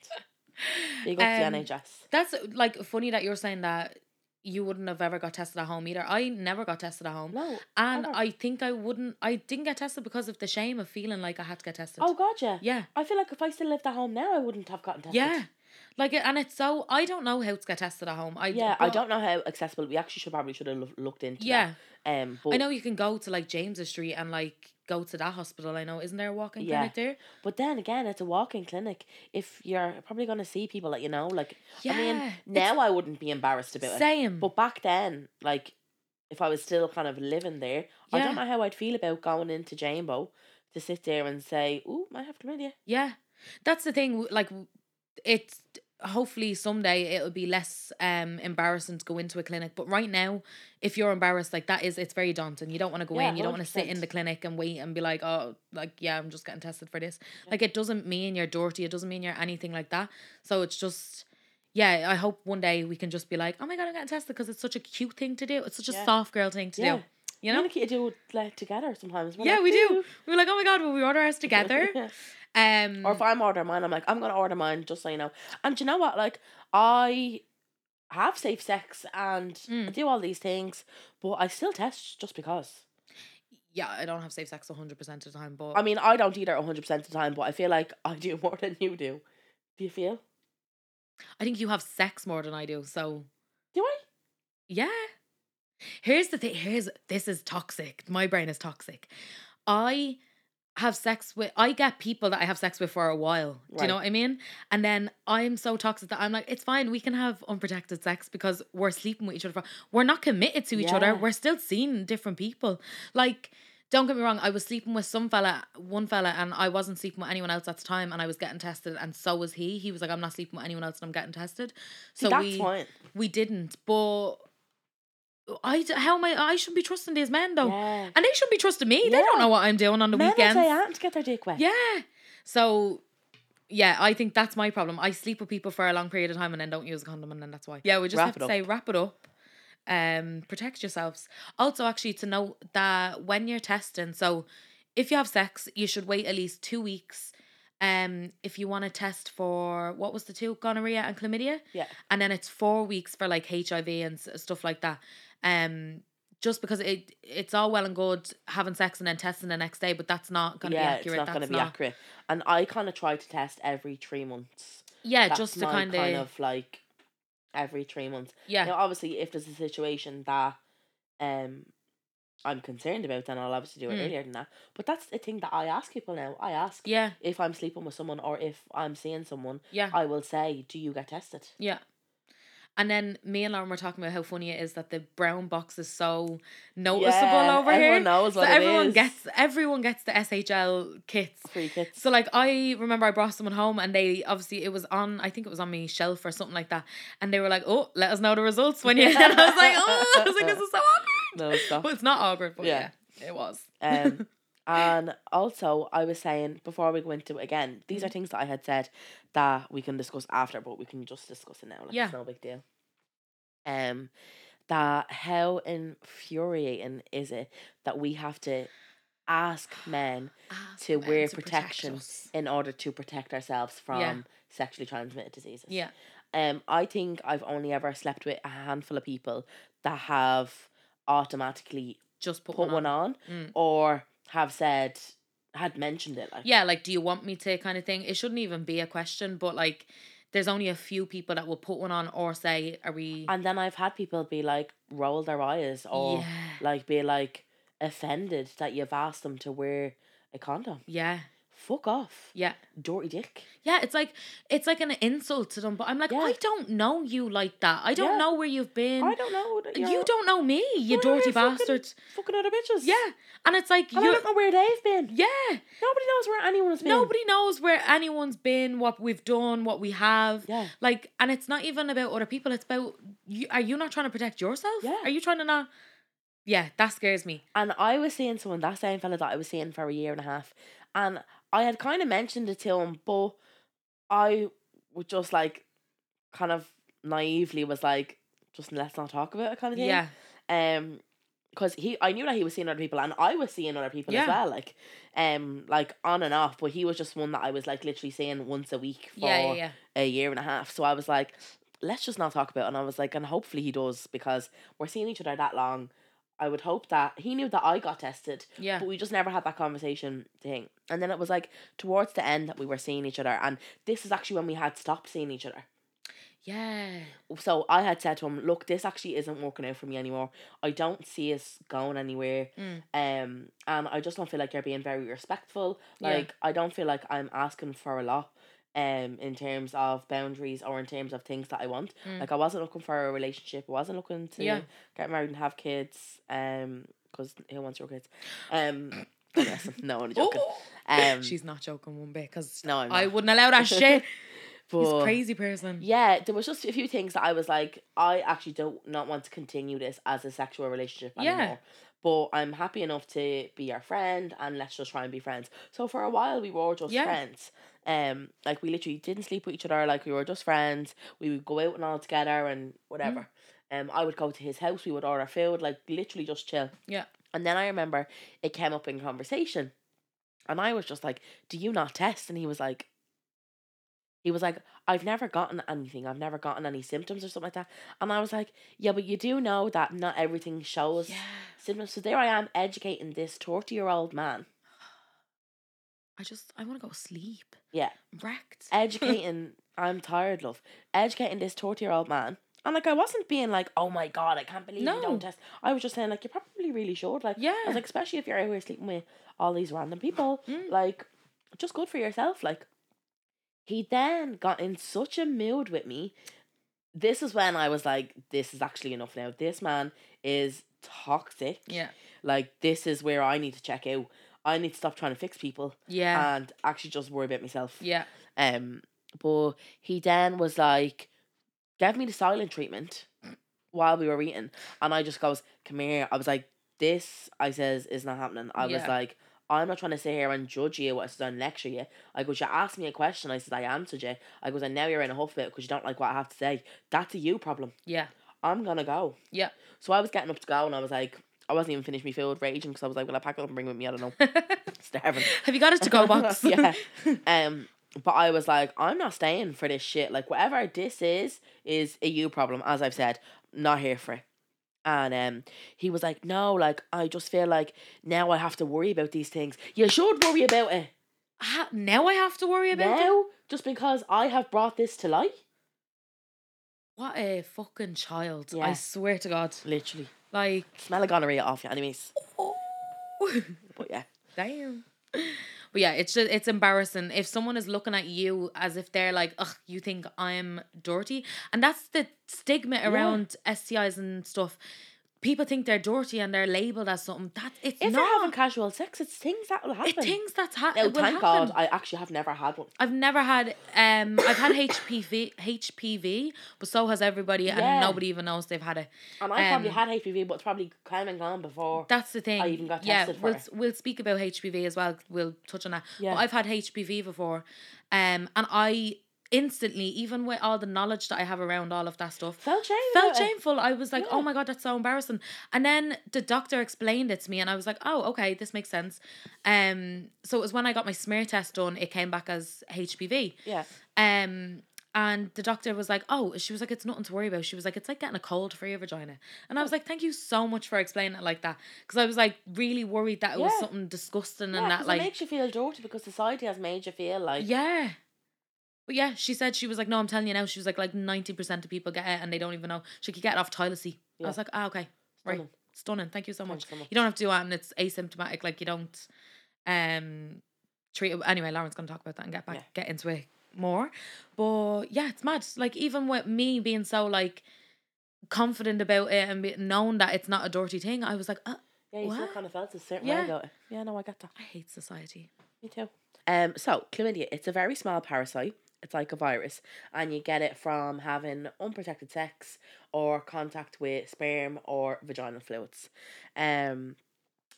B: Big up
A: Um,
B: the NHS.
A: That's like funny that you're saying that you wouldn't have ever got tested at home either. I never got tested at home.
B: No.
A: And
B: Ever.
A: I think I wouldn't. I didn't get tested because of the shame of feeling like I had to get tested.
B: Oh god, yeah.
A: yeah,
B: I feel like if I still lived at home now, I wouldn't have gotten tested.
A: yeah. Like, and it's so I don't know how to get tested at home. I
B: Yeah, I
A: but-
B: don't know how accessible. We actually should probably should have loo- looked into. that.
A: Yeah,
B: Um, but
A: I know you can go to like James's Street and like go to that hospital. I know, isn't there a walking
B: Yeah.
A: clinic there?
B: But then again, it's a walk-in clinic. If you're probably gonna see people that you know, like
A: Yeah,
B: I mean, now I wouldn't be embarrassed about it.
A: same.
B: But back then, like if I was still kind of living there, I
A: Yeah.
B: don't know how I'd feel about going into Jambo to sit there and say, "Ooh, I have chlamydia."
A: Yeah, that's the thing. w- Like, w- it's hopefully someday it'll be less um embarrassing to go into a clinic. But right now, if you're embarrassed like that, is it's very daunting. You don't want to go
B: Yeah,
A: in. You don't want to sit in
B: 100%.
A: the clinic and wait and be like, oh, like yeah, I'm just getting tested for this. Like it doesn't mean you're dirty. It doesn't mean you're anything like that. So it's just. Yeah, I hope one day we can just be like, oh my god, I'm getting tested because it's such a cute thing to do. It's such a
B: Yeah.
A: soft girl thing to do. You know?
B: Me and Nikita do it like, together sometimes. We're
A: Yeah,
B: like,
A: we do.
B: "Ooh."
A: We were like, oh my god, will we order ours together? Um,
B: Or if I'm ordering mine, I'm like, I'm gonna order mine just so you know. And do you know what? Like I have safe sex and I
A: Mm.
B: do all these things, but I still test just because.
A: yeah, I don't have safe sex 100% of the time, but
B: I mean, I don't either hundred percent of the time, but I feel like I do more than you do. Do you feel?
A: I think you have sex more than I do. So,
B: Do I?
A: yeah. Here's the thing. Here's this is toxic. My brain is toxic. I have sex with I get people that I have sex with for a while. Do you know
B: Right.
A: what I mean? And then I'm so toxic that I'm like, it's fine, we can have unprotected sex because we're sleeping with each other. For, we're not committed to each other.
B: Yeah.
A: We're still seeing different people. Like, don't get me wrong, I was sleeping with some fella, one fella, and I wasn't sleeping with anyone else at the time, and I was getting tested, and so was he. He was like, I'm not sleeping with anyone else and I'm getting tested.
B: See,
A: So
B: that's
A: we
B: fine.
A: we didn't, but I d- how am I I shouldn't be trusting these men though.
B: yeah.
A: And they shouldn't be trusting me. They don't
B: Yeah.
A: know what I'm doing on the
B: Men are
A: weekends.
B: say aunt to get their dick wet.
A: Yeah. So yeah, I think that's my problem. I sleep with people for a long period of time and then don't use a condom and then that's why. Yeah, we just
B: Wrap
A: have
B: it
A: to
B: up.
A: say wrap it up. Um, protect yourselves. Also, actually to note that when you're testing, so if you have sex, you should wait at least two weeks. Um, if you want to test for what was the two gonorrhea and chlamydia,
B: Yeah.
A: and then it's four weeks for like HIV and s- stuff like that. Um, just because it it's all well and good having sex and then testing the next day, but that's not gonna
B: yeah,
A: be accurate.
B: it's not going to
A: that's
B: be accurate. And I kind of try to test every three months.
A: Yeah,
B: That's
A: Uh, just to
B: my
A: kind
B: kind
A: of
B: of like every three months.
A: yeah,
B: Now, obviously, if there's a situation that um I'm concerned about, then I'll obviously do it
A: Mm.
B: earlier than that. But that's the thing that I ask people now. I ask
A: yeah,
B: if I'm sleeping with someone or if I'm seeing someone,
A: yeah,
B: I will say, "Do you get tested?"
A: yeah. And then me and Lauren were talking about how funny it is that the brown box is so noticeable
B: Yeah,
A: over
B: everyone
A: here.
B: knows
A: So
B: what it
A: everyone
B: is.
A: gets everyone gets the SHL kits.
B: free kits.
A: So like I remember I brought someone home and they obviously it was on I think it was on my shelf or something like that and they were like oh let us know the results when you and I was like oh I was like this is so awkward
B: No stop.
A: but it's not awkward but yeah,
B: Yeah.
A: it was
B: Um, and also, I was saying before we go into it again, these are
A: Mm.
B: things that I had said that we can discuss after, but we can just discuss it now. Like,
A: Yeah.
B: it's no big deal. Um, that how infuriating is it that we have to ask men
A: Ask
B: Ah, to
A: men
B: wear
A: protect
B: protection
A: us.
B: in order to protect ourselves from
A: Yeah.
B: sexually transmitted diseases.
A: yeah
B: Um, I think I've only ever slept with a handful of people that have automatically
A: just put,
B: put one on
A: Mm.
B: or have said had mentioned it like
A: yeah like do you want me to kind of thing it shouldn't even be a question but like there's only a few people that will put one on or say are we
B: and then I've had people be like roll their eyes or
A: yeah
B: like be like offended that you've asked them to wear a condom.
A: Yeah.
B: Fuck off,
A: Yeah.
B: dirty dick.
A: Yeah, it's like it's like an insult to them, but I'm like,
B: Yeah.
A: I don't know you like that. I don't
B: Yeah.
A: know where you've been.
B: I don't know. that
A: you
B: you're-
A: don't know me, you
B: Where are
A: dirty
B: you fucking-
A: bastard.
B: Fucking other bitches.
A: Yeah. And it's like
B: And
A: you
B: I don't know where they've been.
A: Yeah.
B: Nobody knows where anyone's been.
A: Nobody knows where anyone's been, what we've done, what we have.
B: Yeah.
A: Like, and it's not even about other people. It's about you. Are you not trying to protect yourself?
B: Yeah.
A: Are you trying to not? Yeah, that scares me.
B: And I was seeing someone, that same fella that I was seeing for a year and a half. And I had kind of mentioned it to him, but I would just like kind of naively was like, just let's not talk about it kind of thing.
A: Yeah.
B: Um, because he, I knew that he was seeing other people, and I was seeing other people as
A: Yeah.
B: well, like, um, like on and off. But he was just one that I was like literally seeing once a week for
A: Yeah, yeah, yeah.
B: a year and a half. So I was like, let's just not talk about it. And I was like, and hopefully he does because we're seeing each other that long. I would hope that he knew that I got tested,
A: Yeah.
B: but we just never had that conversation thing. And then it was like towards the end that we were seeing each other. And this is actually when we had stopped seeing each other.
A: Yeah.
B: So I had said to him, look, this actually isn't working out for me anymore. I don't see us going anywhere
A: Mm.
B: um and i just don't feel like you're being very respectful
A: Yeah.
B: like i don't feel like i'm asking for a lot um in terms of boundaries or in terms of things that i want
A: Mm.
B: like i wasn't looking for a relationship i wasn't looking to
A: Yeah.
B: get married and have kids um because who wants your kids um I guess- no i'm only joking
A: Oh,
B: um
A: she's not joking one bit because
B: no i'm
A: I
B: not.
A: wouldn't allow that shit. He's
B: But-
A: a crazy person.
B: yeah there was just a few things that i was like i actually don't not want to continue this as a sexual relationship
A: Yeah.
B: anymore but i'm happy enough to be your friend and let's just try and be friends so for a while we were just
A: Yeah.
B: friends um like we literally didn't sleep with each other like we were just friends we would go out and all together and whatever
A: Mm.
B: um i would go to his house we would order food like literally just chill
A: Yeah.
B: and then i remember it came up in conversation and i was just like do you not test and he was like he was like, I've never gotten anything. I've never gotten any symptoms or something like that. And I was like, yeah, but you do know that not everything shows
A: Yeah.
B: symptoms. So there I am educating this 30 year old man,
A: I just I want to go sleep.
B: Yeah. Um,
A: I'm wrecked.
B: educating, I'm tired, love, educating this 30 year old man. And like, I wasn't being like, oh my God, I can't believe you
A: No.
B: don't test. I was just saying, like, you probably really should. Like,
A: yeah.
B: I was like, especially if you're out here sleeping with all these random people,
A: Mm.
B: like, just good for yourself. Like, he then got in such a mood with me. This is when I was like, this is actually enough now. This man is toxic.
A: yeah.
B: Like, this is where I need to check out. I need to stop trying to fix people
A: Yeah.
B: and actually just worry about myself.
A: yeah.
B: Um, but he then was like, gave me the silent treatment while we were eating, and I just goes, "Come here." I was like, "This," I says, "is not happening." I was
A: Yeah.
B: like, "I'm not trying to sit here and judge you. I said, and lecture you." I goes, "You asked me a question." I said, "I answered you." I goes, "And now you're in a huff about because you don't like what I have to say. That's a you problem.
A: Yeah.
B: I'm gonna go."
A: Yeah.
B: So I was getting up to go, and I was like, I wasn't even finished my food, raging because I was like, "Well, I pack it up and bring it with me." I don't know, starving.
A: Have you got us to go box?
B: yeah. Um, but I was like, I'm not staying for this shit. Like whatever this is, is a you problem, as I've said. Not here for it. And um, he was like, No, like I just feel like now I have to worry about these things. You should worry about it
A: Ha- now I have to worry about it.
B: now, just because I have brought this to light.
A: What a fucking child.
B: Yeah.
A: I swear to God.
B: Literally,
A: Like,
B: smell of gonorrhea off you, anyways.
A: oh,
B: But yeah,
A: damn. But yeah, it's just it's embarrassing if someone is looking at you as if they're like, "Ugh, you think I'm dirty," and that's the stigma around STIs and stuff. People think they're dirty and they're labeled as something. That it's
B: if you're having
A: not.
B: casual sex, it's things that will happen.
A: It thinks that's ha-
B: now,
A: it will
B: thank
A: happen.
B: God, I actually have never had one.
A: I've never had um I've had HPV HPV, but so has everybody
B: Yeah.
A: and nobody even knows they've had it.
B: And I probably
A: Um,
B: had HPV, but it's probably come and gone before.
A: That's the thing.
B: I even got
A: yeah,
B: tested for
A: we'll
B: it.
A: we'll speak about HPV as well. We'll touch on that.
B: Yeah.
A: But I've had HPV before, um, and I instantly, even with all the knowledge that I have around all of that stuff,
B: Felt shame.
A: felt
B: about it.
A: shameful. I was like, oh
B: Yeah.
A: my god, that's so embarrassing. And then the doctor explained it to me, and I was like, oh okay, this makes sense. Um, so it was when I got my smear test done, it came back as HPV.
B: Yeah.
A: Um, and the doctor was like, "Oh," she was like, "It's nothing to worry about." She was like, "It's like getting a cold for your vagina," and I was like, "Thank you so much for explaining it like that," because I was like really worried that it was
B: Yeah.
A: something disgusting
B: Yeah,
A: and
B: 'cause
A: that like
B: it makes you feel dirty because society has made you feel like
A: yeah. But yeah, she said she was like, "No, I'm telling you now." She was like, "Like ninety percent of people get it and they don't even know." She could get it off toilet seat.
B: Yeah.
A: I was like, "Ah, okay."
B: stunning.
A: stunning. Thank you so much.
B: Thanks so much.
A: You don't have to do that, and it's asymptomatic. Like you don't um treat it. Anyway, Lauren's gonna talk about that and get back
B: Yeah.
A: get into it more. But yeah, it's mad. Like even with me being so like confident about it and be, knowing that it's not a dirty thing, I was like, uh,
B: Yeah, you still
A: What?
B: kind of felt a certain
A: Yeah.
B: way about it. Yeah, no, I get that.
A: I hate society.
B: Me too. Um, so chlamydia, it's a very small parasite. It's like a virus, and you get it from having unprotected sex or contact with sperm or vaginal fluids. Um,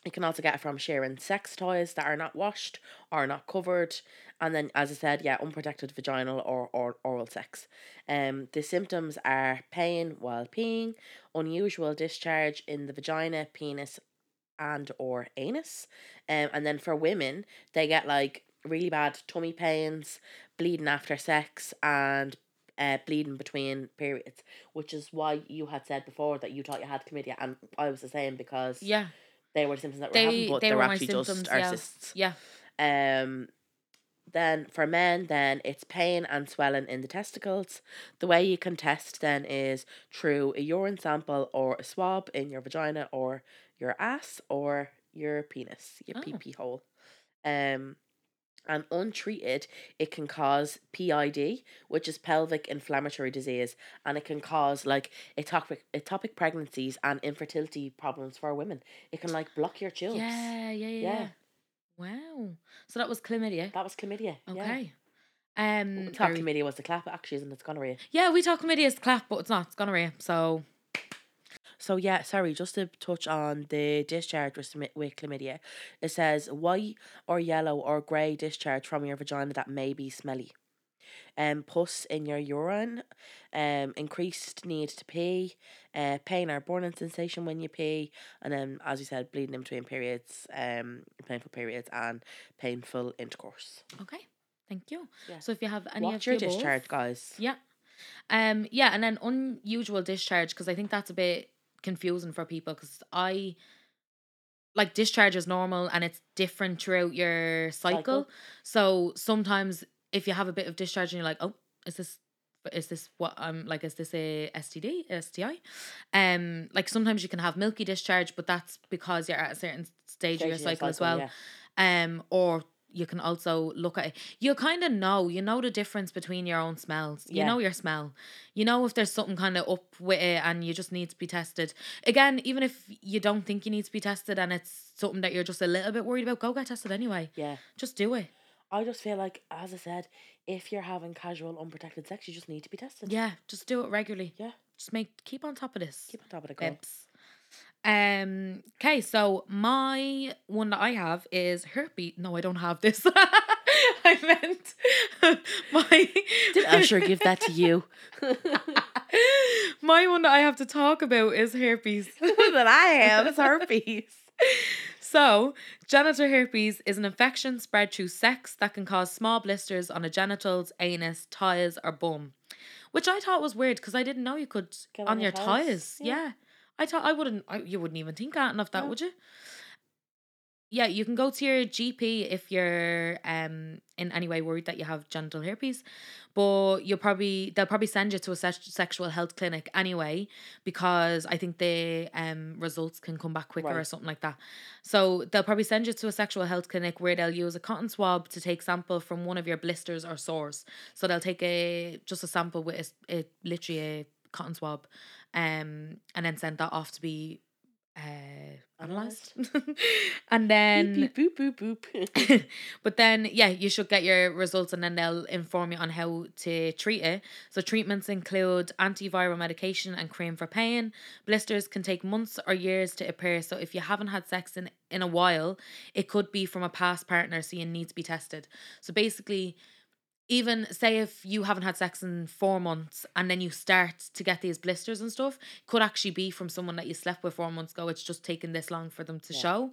B: you can also get it from sharing sex toys that are not washed or not covered, and then, as I said, yeah, unprotected vaginal or, or oral sex. Um, the symptoms are pain while peeing, unusual discharge in the vagina, penis, and or anus. Um, and then for women, they get like really bad tummy pains, bleeding after sex, and uh, bleeding between periods, which is why you had said before that you thought you had chlamydia, and I was the same because
A: Yeah,
B: they were the symptoms that were
A: they
B: having, but
A: they
B: they're
A: were my
B: actually
A: symptoms.
B: just our
A: Yeah.
B: cysts.
A: yeah,
B: Um, then for men, then it's pain and swelling in the testicles. The way you can test then is through a urine sample or a swab in your vagina or your ass or your penis, your
A: Oh.
B: pee pee hole. Um, and untreated, it can cause PID, which is pelvic inflammatory disease, and it can cause like atopic atopic pregnancies and infertility problems for women. It can like block your tubes.
A: yeah, yeah, yeah,
B: Yeah.
A: yeah. Wow. So that was chlamydia.
B: That was chlamydia. Yeah.
A: Okay. Um.
B: Mm, Top
A: very-
B: chlamydia was the clap, actually, isn't it? It's gonorrhea.
A: Yeah, we talk chlamydia as clap, but it's not. It's gonorrhea. So
B: So yeah, sorry, just to touch on the discharge with, chlam- with chlamydia. It says white or yellow or grey discharge from your vagina that may be smelly. Um, pus in your urine, um, increased need to pee, uh, pain or burning sensation when you pee, and then as you said, bleeding in between periods, um, painful periods and painful intercourse.
A: okay, thank you.
B: Yeah.
A: So if you have any of
B: Watch your
A: the above-
B: discharge, guys.
A: Yeah. Um. Yeah, and then unusual discharge because I think that's a bit confusing for people because I like discharge is normal and it's different throughout your cycle.
B: Cycle.
A: So sometimes if you have a bit of discharge and you're like, oh, is this is this what I'm like? Is this a STD, STI? Um, like sometimes you can have milky discharge, but that's because you're at a certain stage, of your
B: Stage in your
A: cycle as well
B: yeah.
A: um or you can also look at it you kind of know you know the difference between your own smells you
B: Yeah.
A: know your smell you know if there's something kind of up with it and you just need to be tested again even if you don't think you need to be tested and it's something that you're just a little bit worried about go get tested anyway
B: Yeah.
A: just do it
B: I just feel like, as I said, if you're having casual, unprotected sex, you just need to be tested.
A: yeah just do it regularly
B: Yeah.
A: just make keep on top of this
B: Keep on top of the girl.
A: Babes. Um. Okay, so my one that I have is herpes. No, I don't have this. I meant my.
B: Did Usher give that to you? More
A: my one that I have to talk about is herpes.
B: than I have, it's herpes.
A: So, genital herpes is an infection spread through sex that can cause small blisters on the genitals, anus, tires, or bum. Which I thought was weird because I didn't know you could
B: Get
A: on, your tires. Yeah. I thought I wouldn't. I, you wouldn't even think of that,
B: No.
A: would you? Yeah, you can go to your GP if you're um in any way worried that you have genital herpes, but you'll probably they'll probably send you to a sex sexual health clinic anyway because I think the um results can come back quicker or
B: Right.
A: something like that. So they'll probably send you to a sexual health clinic where they'll use a cotton swab to take sample from one of your blisters or sores. So they'll take a just a sample with a s- a, literally a cotton swab, um, and then send that off to be uh, analyzed,
B: Analysed.
A: and then
B: Beep, beep, boop, boop, boop.
A: but then yeah you should get your results and then they'll inform you on how to treat it so treatments include antiviral medication and cream for pain blisters can take months or years to appear so if you haven't had sex in in a while it could be from a past partner so you need to be tested so basically even say if you haven't had sex in four months and then you start to get these blisters and stuff could actually be from someone that you slept with four months ago it's just taken this long for them to
B: Yeah.
A: show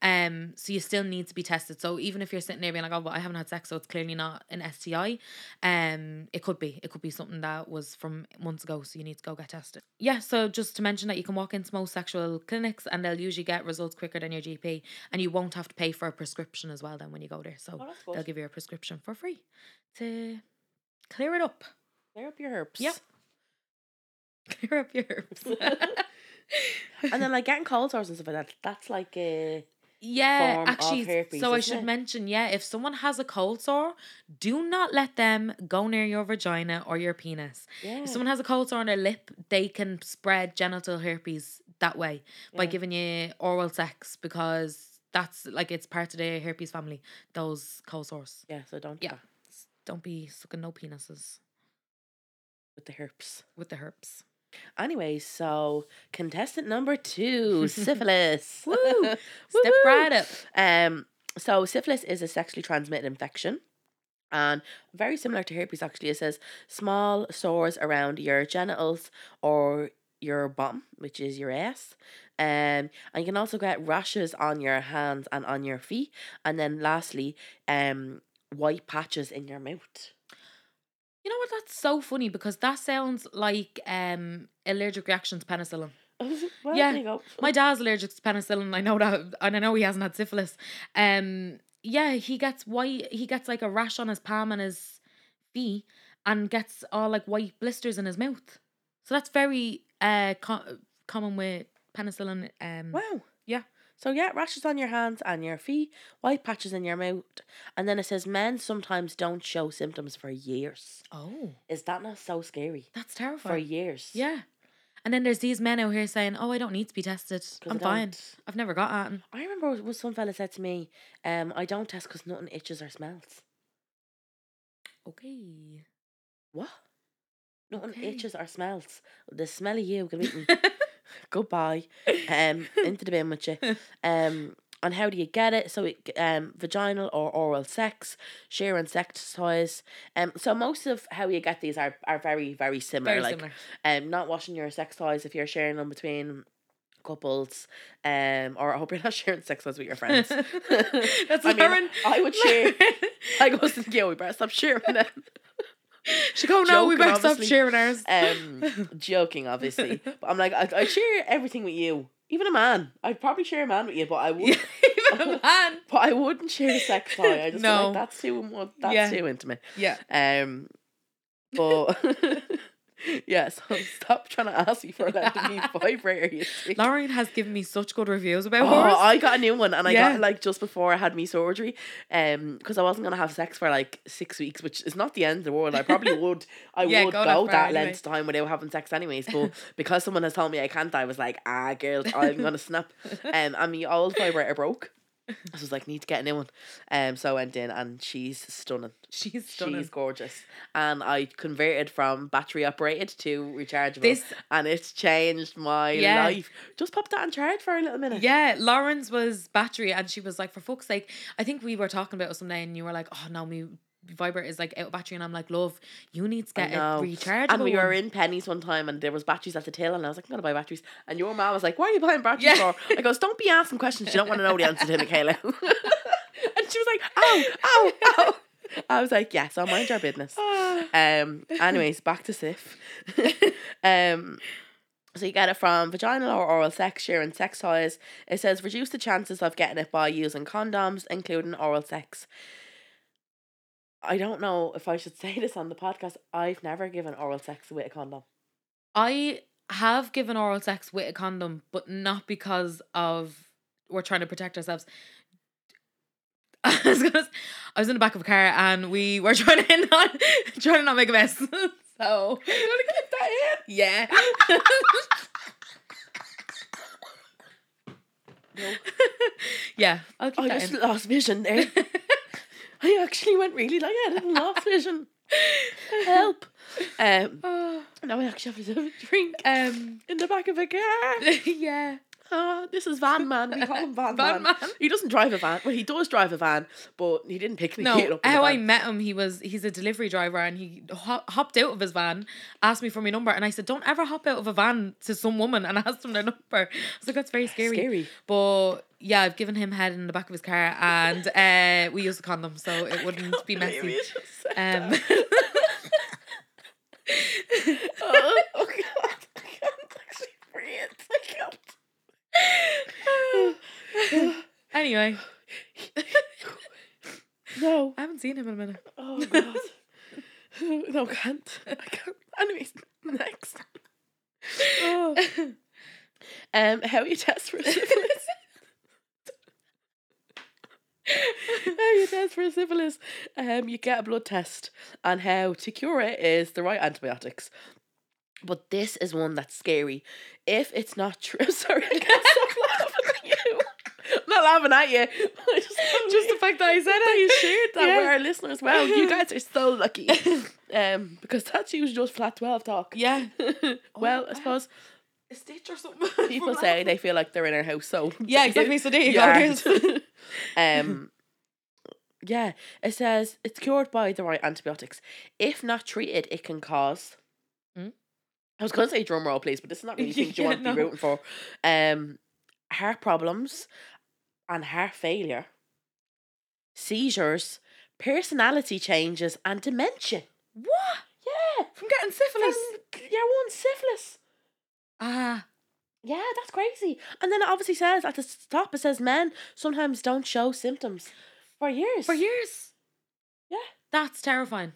A: um so you still need to be tested so even if you're sitting there being like oh well, i haven't had sex so it's clearly not an sti um it could be it could be something that was from months ago so you need to go get tested yeah so just to mention that you can walk into most sexual clinics and they'll usually get results quicker than your gp and you won't have to pay for a prescription as well then when you go there so
B: Oh, that's
A: they'll
B: good.
A: give you a prescription for free to clear it up.
B: Clear up your herbs.
A: Yep. Clear up your herbs.
B: and then like getting cold sores and stuff like that. That's like uh, a
A: Yeah,
B: form of
A: actually.
B: herpes,
A: so I
B: isn't
A: should
B: it?
A: mention, yeah, if someone has a cold sore, do not let them go near your vagina or your penis.
B: yeah.
A: If someone has a cold sore on their lip, they can spread genital herpes that way by
B: Yeah.
A: giving you oral sex because that's like it's part of the herpes family. Those cold sores.
B: yeah. So don't. do
A: Yeah.
B: that
A: Don't be sucking no penises
B: with the herpes.
A: with the herpes.
B: Anyway, so contestant number two, syphilis.
A: Woo!
B: Woo-woo.
A: Step right up.
B: Um, so syphilis is a sexually transmitted infection. And very similar to herpes, actually, it says small sores around your genitals or your bum, which is your ass. Um, and you can also get rashes on your hands and on your feet. And then lastly, um, white patches in your mouth.
A: You know what? That's so funny because that sounds like um allergic reaction to penicillin.
B: Well,
A: Yeah,
B: there you go.
A: My dad's allergic to penicillin. I know that, and I know he hasn't had syphilis. Um, yeah, he gets white. He gets like a rash on his palm and his feet, and gets all like white blisters in his mouth. So that's very uh co- common with penicillin. Um,
B: Wow.
A: Yeah.
B: So yeah, rashes on your hands and your feet, white patches in your mouth, and then it says men sometimes don't show symptoms for years.
A: oh,
B: Is that not so scary?
A: that's
B: For
A: terrifying.
B: years.
A: Yeah, and then there's these men out here saying, "Oh, I don't need to be tested.
B: 'Cause I
A: I'm fine.
B: don't-
A: I've never got anything."
B: I remember was- was some fella said to me, um, I don't test because nothing itches or smells.
A: Okay.
B: What? Nothing
A: Okay.
B: itches or smells. The smell of you can eat me. Goodbye. Um, into the bin with you. Um, and how do you get it? So, it, um, vaginal or oral sex, sheer insecticides. Um, so most of how you get these are, are very very similar.
A: Very
B: like
A: similar.
B: um, not washing your sex toys if you're sharing them between couples. Um, or I hope you're not sharing sex toys with your friends.
A: That's
B: I mean,
A: Lauren.
B: I would share. I goes to the we better stop sharing them.
A: She go, no, we
B: Joking,
A: better stop
B: obviously.
A: sharing ours.
B: Um, joking, obviously. But I'm like, I'd, I'd share everything with you. Even a man, I'd probably share a man with you, but I would,
A: Even a man.
B: but I wouldn't share a sex toy. I just feel
A: No.
B: like that's too, mu- that's
A: Yeah.
B: too intimate.
A: Yeah.
B: Um, but yeah, so stop trying to ask me for a me vibrator. You dick.
A: Lauren has given me such good reviews about
B: Oh,
A: hers.
B: I got a new one, and I
A: Yeah.
B: got it, like just before I had me surgery, um, because I wasn't gonna have sex for like six weeks, which is not the end of the world. I probably would, I
A: Yeah,
B: would
A: go
B: go,
A: that far
B: that
A: anyway.
B: length of time without having sex, anyways. But because someone has told me I can't, I was like, ah, girl, I'm gonna snap. Um, and my old vibrator broke. I was like, need to get a new one. Um, so I went in, and she's stunning.
A: She's stunning.
B: She's gorgeous, and I converted from battery operated to rechargeable,
A: This,
B: and it's changed my
A: Yeah.
B: life. Just pop that on charge for a little minute.
A: yeah, Lauren's was battery, and she was like, "For fuck's sake!" I think we were talking about it someday, and you were like, "Oh no, me vibrator is like out of battery," and I'm like, "Love, you need to
B: I
A: get a
B: know.
A: rechargeable."
B: And we
A: one."
B: were in Penny's one time and there was batteries at the till and I was like, I'm gonna buy batteries. And your mom was like, Why are you buying batteries
A: Yeah.
B: for? I goes, Don't be asking questions, you don't want to know the answer to Michaela. and she was like, Oh, oh, oh. I was like, Yeah, so mind your business.
A: Ah.
B: Um anyways, back to Sif. um so you get it from vaginal or oral sex, sharing sex toys. It says reduce the chances of getting it by using condoms, including oral sex. I don't know if I should say this on the podcast. I've never given oral sex with a condom.
A: I have given oral sex with a condom, but not because of we're trying to protect ourselves. I was, gonna, s- I was in the back of a car and we were trying to not trying to not make a mess. So you want to keep that in? Yeah. yeah. I'll keep
B: I
A: that
B: just
A: in.
B: lost vision there. I actually went really like I didn't lost vision. Help. Um
A: Oh,
B: now I actually have to have a drink
A: um.
B: in the back of a car.
A: yeah.
B: Oh, this is Van Man. We call him Van,
A: Van
B: Man.
A: Man.
B: He doesn't drive a van. Well, he does drive a van, but he didn't pick me
A: No,
B: up. in the
A: how I
B: van.
A: met him, he was he's a delivery driver, and he ho- hopped out of his van, asked me for my number, and I said, "Don't ever hop out of a van to some woman," and I asked him their number. I was like, "That's very scary."
B: Scary.
A: But yeah, I've given him head in the back of his car, and uh, we used a condom, so it wouldn't be messy.
B: Maybe I should say
A: Um,
B: that. oh, oh God, I can't actually breathe. I can't.
A: anyway,
B: no.
A: I haven't seen him in a minute.
B: Oh God. no, I can't. I can't. Anyways, next. Oh. Um, how you test for syphilis? how you test for syphilis? Um, you get a blood test, and how to cure it is the right antibiotics. But this is one that's scary. If it's not true, sorry, I can't stop laughing at you. I'm not laughing at you. I just,
A: Just the fact that I said
B: that
A: it.
B: you shared that
A: Yeah.
B: with our listeners. Wow, you guys are so lucky. um, because that's usually just flat twelve talk.
A: Yeah.
B: well,
A: Oh, wow.
B: I suppose
A: A stitch or something.
B: people say they feel like they're in our house, so
A: Yeah, exactly. So there you
B: You
A: go.
B: aren't.
A: There's-
B: um yeah it says it's cured by the right antibiotics if not treated it can cause
A: Hmm?
B: i was going to say drum roll please but this is not really things you
A: Yeah,
B: want to
A: no.
B: be rooting for um heart problems and heart failure seizures personality changes and dementia
A: What?
B: yeah
A: From getting syphilis.
B: from your one syphilis
A: Ah.
B: yeah, that's crazy. And then it obviously says at the s- top, it says men sometimes don't show symptoms for years.
A: For years.
B: Yeah.
A: That's terrifying.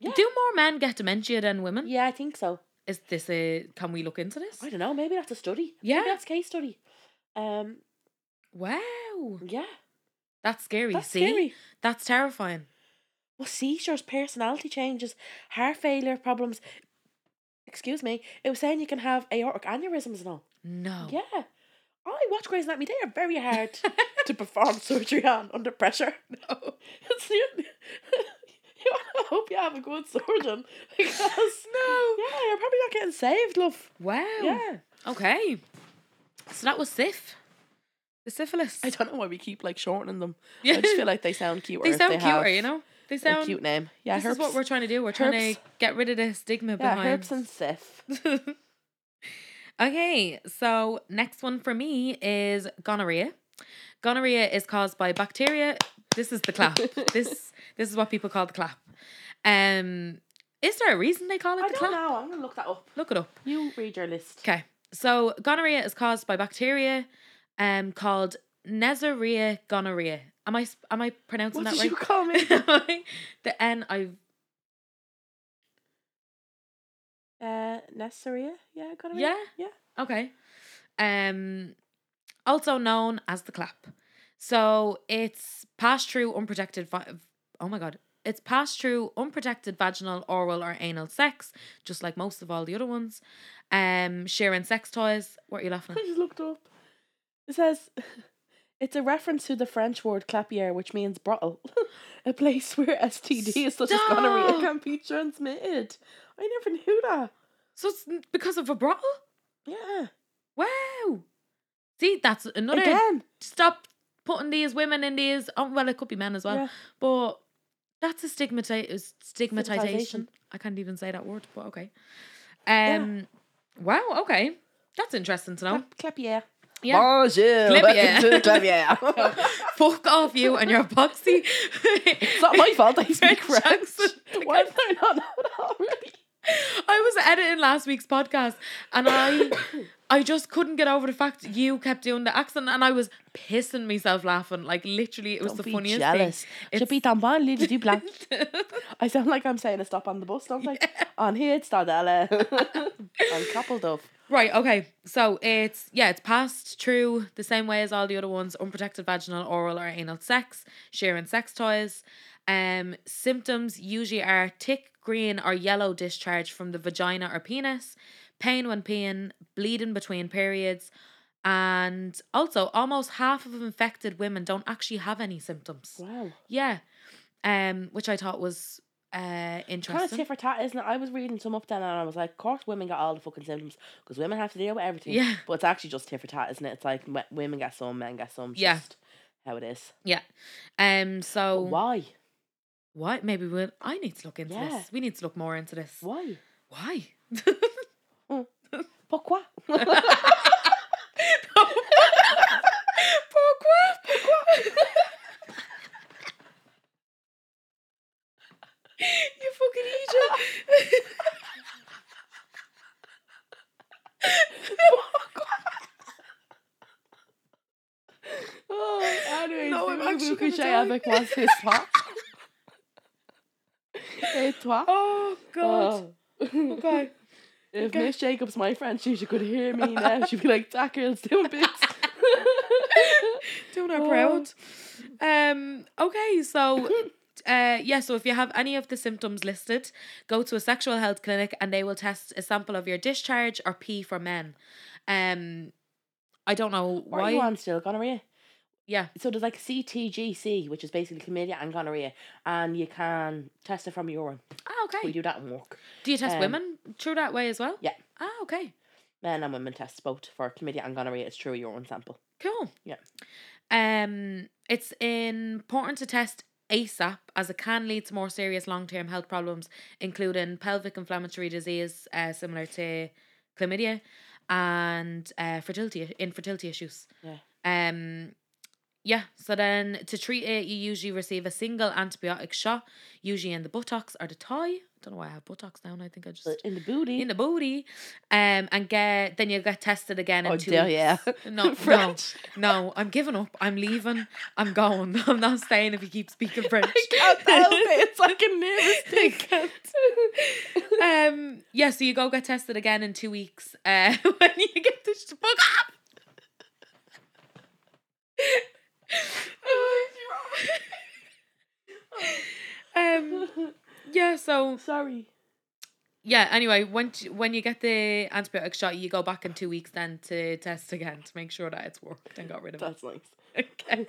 B: Yeah.
A: Do more men get dementia than women?
B: Yeah, I think so.
A: Is this a. Can we look into this?
B: I don't know. Maybe that's a study.
A: Yeah.
B: Maybe that's a case study. Um.
A: Wow.
B: Yeah.
A: That's scary.
B: That's
A: See?
B: scary.
A: That's terrifying.
B: Well, seizures, personality changes, heart failure problems. Excuse me. It was saying you can have aortic aneurysms and all.
A: No.
B: Yeah. I watch Grey's Anatomy. They are very hard to perform surgery on under pressure. No. It's you. you wanna hope you have a good surgeon because no. Yeah, you're probably not getting saved, love.
A: Wow.
B: Yeah.
A: Okay. So that was Sif. The syphilis.
B: I don't know why we keep like shortening them.
A: Yeah.
B: I just feel like they sound cuter.
A: they
B: if
A: sound
B: they
A: cuter,
B: have
A: you know? They
B: a
A: sound.
B: cute name. Yeah,
A: This
B: herps.
A: is what we're trying to do. We're trying
B: Herps.
A: to get rid of the stigma
B: yeah,
A: behind.
B: herps and Sif.
A: okay, so next one for me is gonorrhea. Gonorrhea is caused by bacteria. This is the clap. this this is what people call the clap. Um, is there a reason they call it
B: I
A: the
B: don't
A: clap?
B: know. I'm gonna look that up.
A: Look it up.
B: You read your list.
A: Okay, so gonorrhea is caused by bacteria, um, called Neisseria gonorrhea. Am I sp- am I pronouncing
B: What
A: that right?
B: did you call me?
A: the N I
B: uh, Nessaria. Yeah, got it.
A: Yeah?
B: yeah.
A: Okay. Um also known as the clap. So it's passed through unprotected vi- oh my god. It's passed through unprotected vaginal, oral or anal sex, just like most of all the other ones. Um sharing sex toys. What are you laughing
B: I just looked up. It says it's a reference to the French word clapier, which means brothel, a place where STDs such as gonorrhea
A: Stop!
B: can be transmitted. I never knew that.
A: at? So it's n- because of a brothel?
B: Yeah.
A: Wow. See, that's another
B: Again.
A: stop putting these women in these oh well it could be men as well.
B: Yeah.
A: But that's a stigmati- stigmatization.
B: Stigmatization.
A: I can't even say that word, but okay.
B: Yeah.
A: Um. Wow. Okay. That's interesting to know.
B: Cla- clapier.
A: Yeah.
B: Bonjour.
A: Clapier.
B: Welcome to the clapier.
A: Fuck off, you and your boxy.
B: it's not my fault I speak
A: French
B: French.
A: accent.
B: Why did I not know that already?
A: I was editing last week's podcast, and I, I just couldn't get over the fact you kept doing the accent, and I was pissing myself laughing. Like literally, it was
B: Don't
A: the
B: be
A: funniest
B: jealous. Je
A: It's-
B: suis en bas, Lily du blanc.
A: thing.
B: I sound like I'm saying a stop on the bus, don't I? On here, it's Stadella. I'm coupled up.
A: Right, okay. So it's yeah, it's passed through the same way as all the other ones, unprotected vaginal, oral, or anal sex, sharing sex toys. Um symptoms usually are thick green or yellow discharge from the vagina or penis, pain when peeing, bleeding between periods, and also almost half of infected women don't actually have any symptoms.
B: Wow.
A: Yeah. Um, which I thought was uh
B: Kind of
A: interesting.
B: tit for tat, isn't it? I was reading some up then and I was like, of course women got all the fucking symptoms because women have to deal with everything.
A: Yeah.
B: But it's actually just tit for tat, isn't it? It's like m- women get some, men get some. It's
A: Yeah.
B: Just how it is.
A: Um so
B: But why?
A: Why? Maybe we'll. I need to look into
B: Yeah.
A: this. We need to look more into this.
B: Why?
A: Why?
B: Pourquoi?
A: Pourquoi? you fucking idiot.
B: oh, anyways,
A: No,
B: no,
A: I'm
B: I'm
A: actually
B: actually couché
A: gonna
B: avec moi ce soir. Et toi?
A: oh, God.
B: Oh.
A: Okay.
B: If
A: Okay.
B: Miss Jacobs, my friend, she, she could hear me now, she'd be like, that girl's doing bits.
A: Doing our
B: Oh.
A: proud. Um, okay, so uh, yeah, so if you have any of the symptoms listed, go to a sexual health clinic and they will test a sample of your discharge or pee for men. Um, I don't know
B: What are you
A: why.
B: on still? Gonorrhea?
A: Yeah,
B: So there's like CTGC, which is basically chlamydia and gonorrhea, and you can test it from urine.
A: ah,
B: We
A: okay.
B: do that in work.
A: Do you test
B: um,
A: women through that way as well?
B: yeah.
A: Ah, okay.
B: Men and women test both for chlamydia and gonorrhea. It's through a urine sample.
A: Cool.
B: Yeah.
A: Um, it's important to test ASAP as it can lead to more serious long term health problems, including pelvic inflammatory disease, uh, similar to chlamydia, and uh, fertility infertility issues.
B: Yeah.
A: Um. Yeah, so then to treat it, you usually receive a single antibiotic shot, usually in the buttocks or the thigh. I don't know why I have buttocks down. I think I just
B: But in the booty.
A: in the booty, um, and get then you'll get tested again in
B: Oh,
A: two
B: dear,
A: weeks.
B: yeah.
A: No, no,
B: French.
A: no. I'm giving up. I'm leaving. I'm going. I'm not staying if you keep speaking French.
B: I can't help it. It's like a
A: I
B: nervous tick.
A: can't. um, yeah. So you go get tested again in two weeks. Uh, when you get this fuck up.
B: Oh,
A: um. Yeah. So
B: Sorry.
A: yeah. Anyway, once you- when you get the antibiotic shot, you go back in two weeks then to test again to make sure that it's worked and got rid of it.
B: That's nice.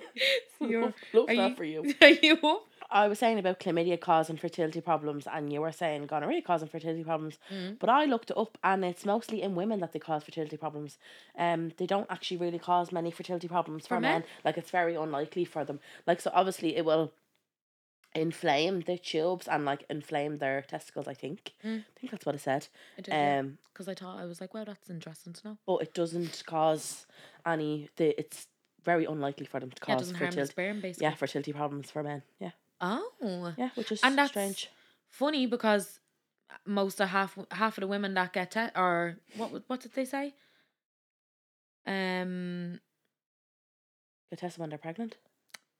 A: Okay. So you're,
B: Love, love
A: are
B: that
A: you-
B: for you.
A: are you up?
B: I was saying about chlamydia causing fertility problems, and you were saying gonorrhea causing fertility problems.
A: Mhm.
B: But I looked it up, and it's mostly in women that they cause fertility problems. Um, they don't actually really cause many fertility problems for,
A: For men?
B: men. Like it's very unlikely for them. Like so, obviously it will inflame the tubes and like inflame their testicles. I think.
A: Mm.
B: I think that's what it said.
A: I did, yeah.
B: Um,
A: Because I thought I was like, well, that's interesting to know.
B: but it doesn't cause any. The it's very unlikely for them to
A: Yeah, it
B: cause
A: doesn't harm the
B: fertility.
A: sperm, basically.
B: Yeah, fertility problems for men. Yeah,
A: Oh,
B: yeah, which is
A: And that's-
B: strange.
A: funny because most of half half of the women that get te- or what wa- what did they say? Um,
B: Get tested when they're pregnant.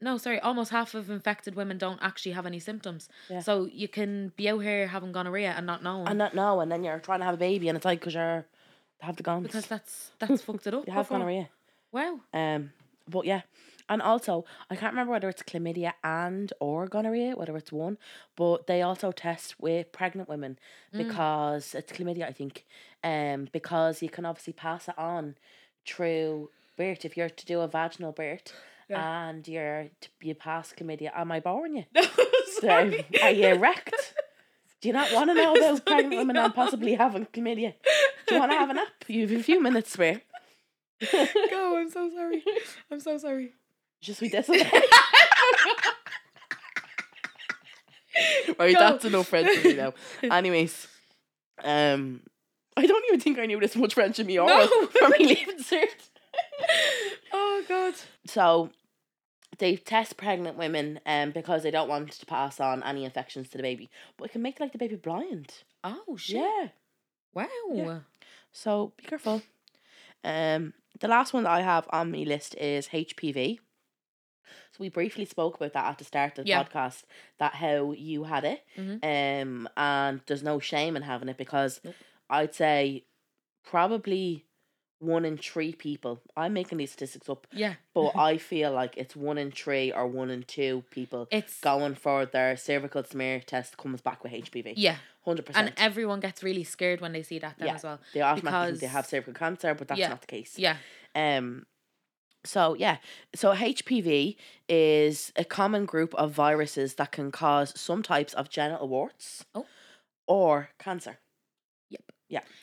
A: no, sorry, almost half of infected women don't actually have any symptoms.
B: Yeah.
A: So you can be out here having gonorrhea and not know
B: and not know, and then you're trying to have a baby, and it's like because you're have the guns.
A: because that's that's fucked it up.
B: you have
A: before.
B: gonorrhea.
A: Wow.
B: Um, but yeah, and also I can't remember whether it's chlamydia and or gonorrhea, whether it's one, but they also test with pregnant women
A: Mm.
B: because it's chlamydia, I think. Um, because you can obviously pass it on through birth if you're to do a vaginal birth.
A: Yeah.
B: And you're you pass chlamydia. Am I boring you?
A: sorry.
B: Are you wrecked? Do you not want to know
A: I'm
B: those pregnant
A: sorry,
B: women
A: no.
B: and possibly having chlamydia? Do you want to have a nap? You've a few minutes spare.
A: Go. I'm so sorry. I'm so sorry.
B: Je suis désolée. right,
A: Go.
B: that's enough French for me now. Anyways, um, I don't even think I knew this much French in me or
A: No.
B: from me leaving cert.
A: Oh God.
B: So they test pregnant women um because they don't want to pass on any infections to the baby, but it can make like the baby blind.
A: Oh shit.
B: Yeah.
A: Wow.
B: So be careful. Um, the last one that I have on my list is HPV. So we briefly spoke about that at the start of the
A: Yeah.
B: podcast, that how you had it.
A: Mhm.
B: Um, and there's no shame in having it because
A: Nope.
B: I'd say probably one in three people. I'm making these statistics up,
A: Yeah.
B: but I feel like it's one in three or one in two people
A: It's
B: going for their cervical smear test comes back with HPV.
A: yeah,
B: hundred percent.
A: and everyone gets really scared when they see that then
B: Yeah.
A: as well.
B: They automatically think they
A: Because-
B: have cervical cancer, but that's
A: Yeah.
B: not the case.
A: Yeah.
B: Um so yeah, so HPV is a common group of viruses that can cause some types of genital warts
A: Oh.
B: or cancer.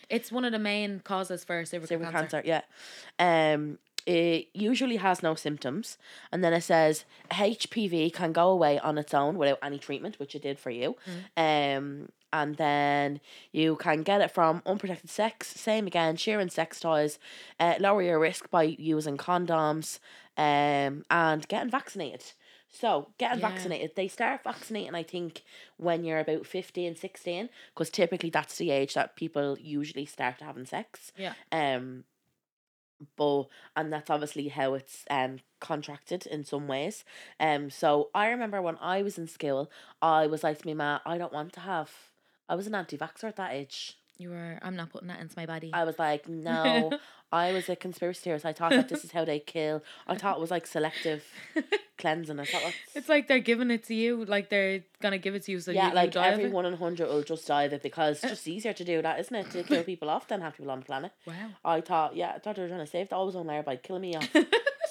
A: It's one of the main causes for cervical,
B: Cervical
A: cancer.
B: cancer. yeah. Um it usually has no symptoms and then it says HPV can go away on its own without any treatment, which it did for you.
A: Mm.
B: Um and then you can get it from unprotected sex, same again, sharing sex toys, uh, lower your risk by using condoms, um, and getting vaccinated. So, getting
A: Yeah.
B: vaccinated, they start vaccinating, I think, when you're about 15, 16, because typically that's the age that people usually start having sex.
A: Yeah.
B: Um, but and that's obviously how it's um contracted in some ways. Um, so I remember when I was in school, I was like to my ma, I don't want to have. I was an anti-vaxxer at that age.
A: You were, I'm not putting that into my body.
B: I was like, no. I was a conspiracy theorist. I thought that this is how they kill. I thought it was like selective cleansing. I thought that's
A: it's like they're giving it to you, like they're gonna give it to you so
B: yeah,
A: you,
B: like
A: you die of it. Uh.
B: every one in hundred will just die of it because it's just easier to do that, isn't it? To kill people off than have people on the planet.
A: Wow.
B: I thought, yeah, I thought they were trying to save the ozone layer by killing me off.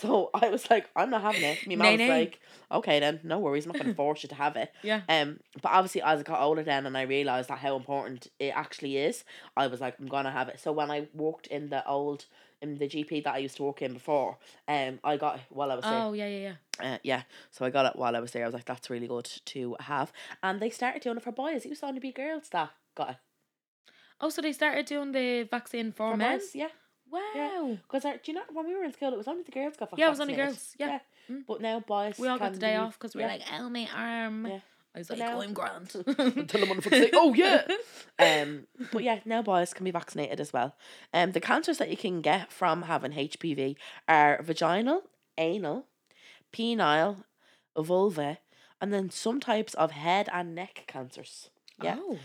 B: so I was like, I'm not having it. My
A: Nay,
B: mum's
A: nay.
B: like, okay then, no worries, I'm not gonna force you to have it.
A: Yeah.
B: Um, but obviously as I got older then and I realised that how important it actually is, I was like, I'm gonna have it. So when I walked in the old in the GP that I used to work in before, um, I got it while I was there.
A: Oh yeah, yeah, yeah.
B: Uh, yeah, so I got it while I was there. I was like, that's really good to have. And they started doing it for boys. It used to only be girls that got it.
A: Oh, so they started doing the vaccine for,
B: For
A: men.
B: boys, yeah.
A: Wow. Yeah.
B: Because do you know when we were in school, it was only the girls got
A: Yeah, it was only
B: vaccinated.
A: girls, yeah. Mm.
B: But now boys.
A: We all got
B: can
A: the day
B: be-
A: off because we were
B: yeah.
A: like, "Oh my arm."
B: Yeah.
A: I was
B: But
A: like,
B: now-
A: "Oh, I'm grand."
B: Until the motherfucker say, "Oh, yeah." Um, but yeah, now boys can be vaccinated as well. Um, the cancers that you can get from having HPV are vaginal, anal, penile, vulva, and then some types of head and neck cancers. Yeah.
A: Oh.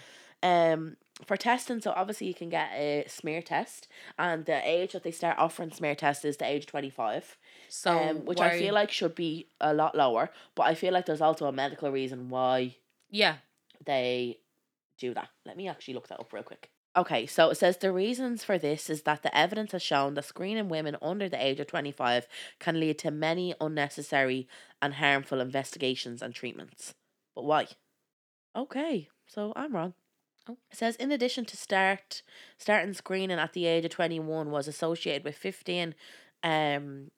B: um for testing so obviously you can get a smear test and the age that they start offering smear tests is the age 25
A: So,
B: um, which i feel like should be a lot lower but i feel like there's also a medical reason why
A: yeah,
B: they do that. Let me actually look that up real quick. Okay, so it says the reasons for this is that the evidence has shown that screening women under the age of 25 can lead to many unnecessary and harmful investigations and treatments. But why? Okay, so I'm wrong.
A: Oh.
B: It says in addition to start starting screening at the age of 21 was associated with 15 um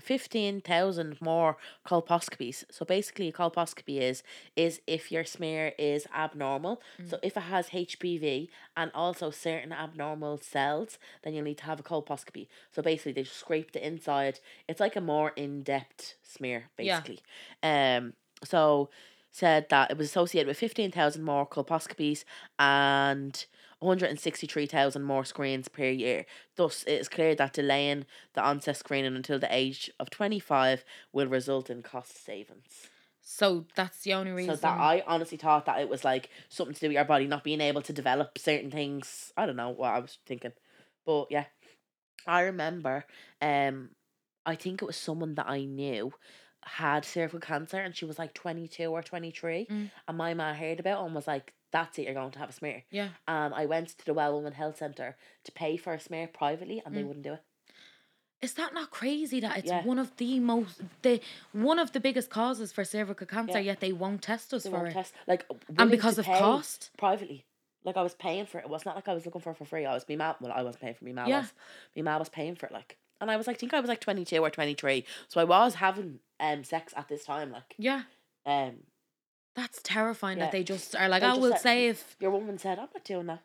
B: 15,000 more colposcopies. So basically a colposcopy is is if your smear is abnormal. So if it has HPV and also certain abnormal cells, then you'll need to have a colposcopy. So basically, they just scrape the inside. It's like a more in depth smear,
A: Yeah.
B: basically. Um. So said that it was associated with fifteen thousand more colposcopies and. 163,000 more screens per year. Thus, it is clear that delaying the onset screening until the age of 25 will result in cost savings.
A: so that's the only reason.
B: So that I honestly thought that it was like something to do with your body not being able to develop certain things. I don't know what I was thinking. But yeah. I remember um I think it was someone that I knew had cervical cancer and she was like twenty two or twenty three
A: Mm.
B: and my ma heard about it and was like, That's it, you're going to have a smear.
A: yeah.
B: And I went to the Well Woman Health Centre to pay for a smear privately and they
A: Mm.
B: wouldn't do it.
A: Is that not crazy that it's
B: Yeah.
A: one of the most the one of the biggest causes for cervical cancer,
B: Yeah.
A: yet they won't test us
B: They
A: for
B: won't
A: it,
B: test like
A: and
B: willing to
A: because of
B: pay
A: cost.
B: privately. Like I was paying for it. It was not like I was looking for it for free. I was me mom. Well, I was paying for me mom.
A: Yeah.
B: Was, me mom was paying for it. Like, and I was like, think I was like twenty two or twenty three. So I was having um sex at this time. Like,
A: Yeah,
B: um,
A: that's terrifying
B: Yeah.
A: that they just are like,
B: They
A: "I
B: just
A: will
B: let-
A: save."
B: your woman said, I'm not doing that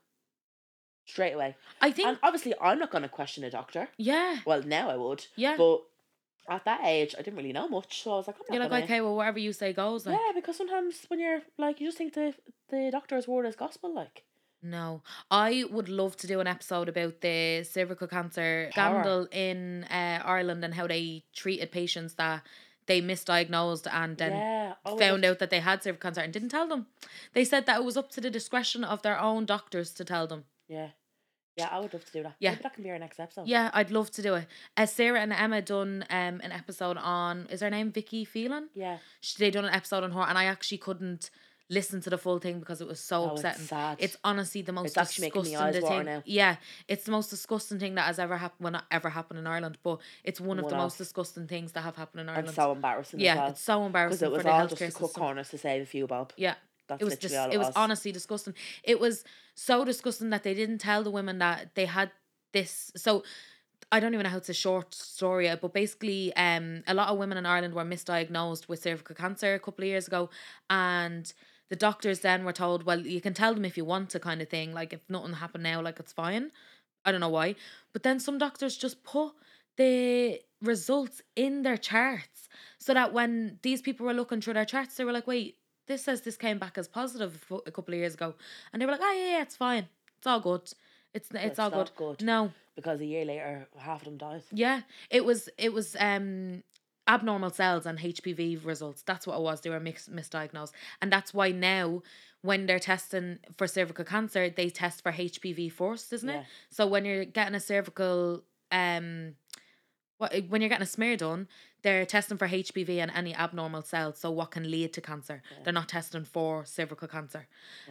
B: straight away.
A: I think.
B: And obviously, I'm not gonna question a doctor.
A: yeah,
B: Well, now I would,
A: yeah.
B: but at that age, I didn't really know much. So I was like, I'm not
A: You're like,
B: gonna.
A: okay, well, whatever you say goes. Like,
B: yeah, because sometimes when you're like, you just think the the doctor's word is gospel. Like,
A: No, I would love to do an episode about the cervical cancer
B: Horror.
A: scandal in uh, Ireland and how they treated patients that they misdiagnosed and then
B: yeah, oh,
A: found
B: it's-
A: out that they had cervical cancer and didn't tell them. They said that it was up to the discretion of their own doctors to tell them.
B: Yeah. Yeah, I would love to do that.
A: Yeah.
B: Maybe that can be our next episode.
A: Yeah, I'd love to do it. Uh, Sarah and Emma done um an episode on is her name Vicky Phelan?
B: Yeah.
A: She, they done an episode on her, and I actually couldn't listen to the full thing because it was so
B: Oh,
A: upsetting.
B: It's sad.
A: It's honestly the most
B: It's actually making me
A: disgusting
B: eyes
A: the
B: water
A: thing.
B: now.
A: Yeah, it's the most disgusting thing that has ever happened. Well, not ever happened in Ireland, but it's one of
B: One
A: the
B: off.
A: most disgusting things that have happened in
B: and
A: Ireland.
B: so embarrassing
A: yeah,
B: as well.
A: it's so
B: Because
A: embarrassing
B: it was
A: for the
B: all
A: healthcare
B: just to cut
A: system.
B: corners to save a few bob.
A: Yeah,
B: That's
A: it was
B: literally
A: just
B: all it,
A: it was
B: was.
A: honestly disgusting. It was so disgusting that they didn't tell the women that they had this. So I don't even know how it's a short story, but basically, um, a lot of women in Ireland were misdiagnosed with cervical cancer a couple of years ago, and the doctors then were told, well, you can tell them if you want to, kind of thing. Like if nothing happened now, like it's fine. I don't know why, but then some doctors just put the results in their charts so that when these people were looking through their charts, they were like, wait, this says this came back as positive a fu- a couple of years ago, and they were like, oh yeah, yeah it's fine, it's all good, it's it's, all good.
B: not good.
A: No,
B: Because a year later, half of them died.
A: yeah, it was it was um abnormal cells and HPV results. That's what it was. They were mix, misdiagnosed, and that's why now when they're testing for cervical cancer, they test for HPV first, isn't
B: Yeah.
A: it? So when you're getting a cervical, um, what when you're getting a smear done, they're testing for HPV and any abnormal cells, so what can lead to cancer.
B: Yeah.
A: They're not testing for cervical cancer,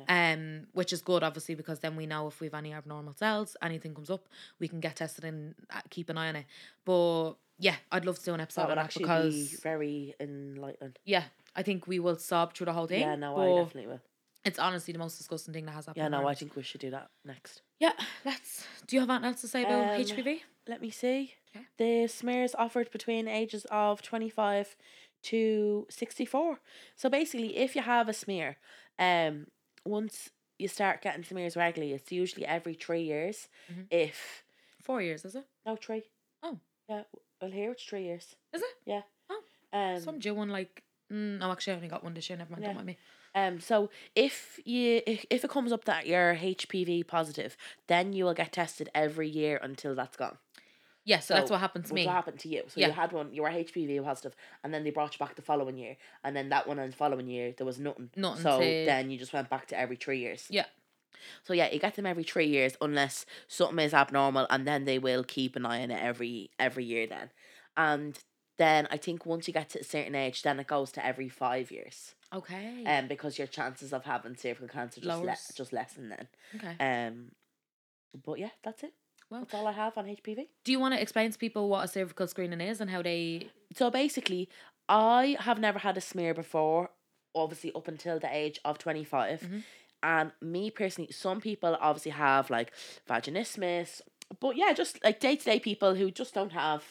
A: um, which is good, obviously, because then we know if we've any abnormal cells, anything comes up, we can get tested and uh, keep an eye on it. But yeah, I'd love to do an episode
B: That
A: on
B: would
A: that
B: actually
A: because
B: be very enlightened.
A: yeah, I think we will sob through the whole thing.
B: Yeah, no,
A: but
B: I definitely will.
A: It's honestly the most disgusting thing that has happened.
B: Yeah,
A: in
B: no, I
A: Ireland.
B: think we should do that next.
A: Yeah, let's. Do you have anything else to say about
B: Um,
A: HPV?
B: Let me see.
A: Okay.
B: The smears offered between ages of 25 to 64. So basically, if you have a smear, um, once you start getting smears regularly, it's usually every three years.
A: Mhm.
B: If,
A: Four years, is it?
B: no, three.
A: Oh.
B: Yeah, well, here it's three years.
A: Is it?
B: Yeah.
A: Oh.
B: Um,
A: Some do one like. Mm, no, actually, I only got one this year. Never mind.
B: Yeah.
A: Don't mind me.
B: Um. So if you if, if it comes up that you're HPV positive, then you will get tested every year until that's gone.
A: Yeah, so, that's
B: So,
A: what happened to
B: Which
A: me.
B: happened to you? So
A: Yeah.
B: you had one. You were HPV positive, and then they brought you back the following year, and then that one and the following year there was nothing.
A: Nothing
B: So
A: to-
B: then you just went back to every three years.
A: Yeah.
B: So yeah, you get them every three years unless something is abnormal, and then they will keep an eye on it every every year then, and. Then I think once you get to a certain age, then it goes to every five years
A: Okay.
B: um, because your chances of having cervical cancer just le-
A: Lowers.
B: just lessen then.
A: okay.
B: Um, but yeah, that's it.
A: Well-
B: that's all I have on HPV.
A: Do you want to explain to people what a cervical screening is and how they?
B: So basically, I have never had a smear before. Obviously, up until the age of twenty
A: Mhm.
B: and me personally, some people obviously have like vaginismus, but yeah, just like day to day people who just don't have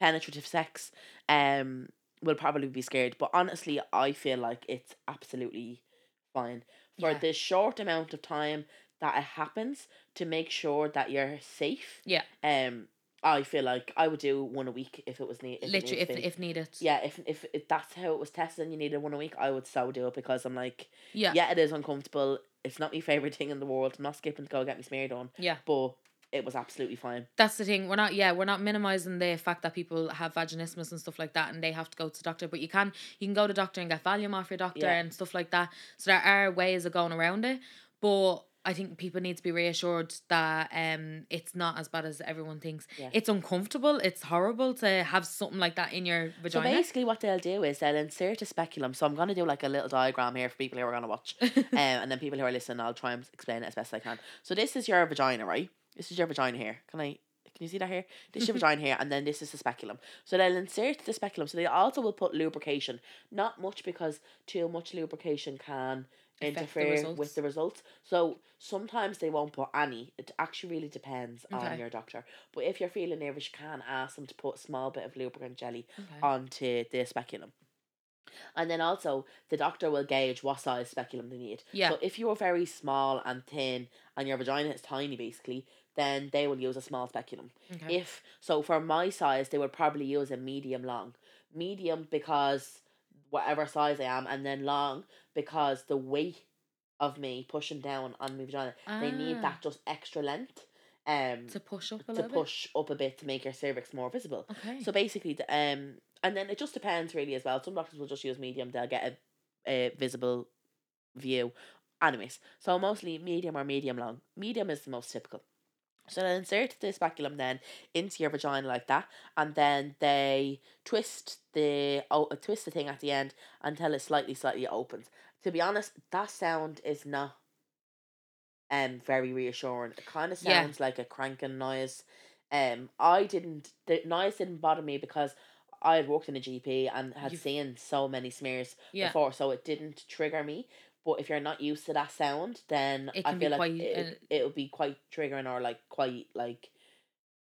B: penetrative sex, um, will probably be scared. But honestly, I feel like it's absolutely fine for
A: Yeah.
B: the short amount of time that it happens to make sure that you're safe.
A: Yeah.
B: Um, I feel like I would do one a week if it was need. If it
A: literally,
B: needs
A: if
B: to be.
A: if needed.
B: yeah, if, if if that's how it was tested and you needed one a week, I would so do it because I'm like
A: Yeah.
B: yeah, it is uncomfortable. It's not my favourite thing in the world. I'm not skipping to go get me smeared on,
A: Yeah.
B: but it was absolutely fine.
A: That's the thing. We're not. Yeah, we're not minimizing the fact that people have vaginismus and stuff like that, and they have to go to doctor. But you can you can go to doctor and get Valium off your doctor
B: Yeah.
A: and stuff like that. So there are ways of going around it, but. I think people need to be reassured that um it's not as bad as everyone thinks.
B: Yeah.
A: It's uncomfortable. It's horrible to have something like that in your
B: So
A: vagina.
B: basically, what they'll do is they'll insert a speculum. So I'm gonna do like a little diagram here for people who are gonna watch, um, and then people who are listening, I'll try and explain it as best I can. So this is your vagina, right? This is your vagina here. Can I? Can you see that here? This is your vagina here, and then this is the speculum. So they'll insert the speculum. So they also will put lubrication. Not much because too much lubrication can
A: Affect the
B: interfere
A: results.
B: with the results. So sometimes they won't put any. It actually really depends
A: Okay.
B: on your doctor. But if you're feeling nervous, you can ask them to put a small bit of lubricant jelly
A: Okay.
B: onto the speculum. And then also the doctor will gauge what size speculum they need.
A: Yeah.
B: So if you're very small and thin and your vagina is tiny basically, then they will use a small speculum.
A: okay.
B: If so for my size they would probably use a medium long. Medium because whatever size I am and then long because the weight of me pushing down on my vagina. They
A: Ah,
B: need that just extra length um
A: to push up a
B: to
A: little
B: push up a bit to make your cervix more visible.
A: bit. Okay.
B: So basically, the, um, and then it just depends really as well. Some doctors will just use medium; they'll get a, a visible view. Anyways, so mostly medium or medium long. Medium is the most typical. So they insert the speculum then into your vagina like that, and then they twist the oh, twist the thing at the end until it slightly slightly opens. To be honest, that sound is not um very reassuring. It kind of
A: Yeah.
B: sounds like a cranking noise. Um, I didn't the noise didn't bother me because I had worked in a GP and had
A: You've-
B: seen so many smears
A: yeah.
B: before, so it didn't trigger me. But if you're not used to that sound, then
A: It
B: I
A: can be
B: feel like
A: quite,
B: it,
A: uh,
B: it'll be quite triggering or like quite like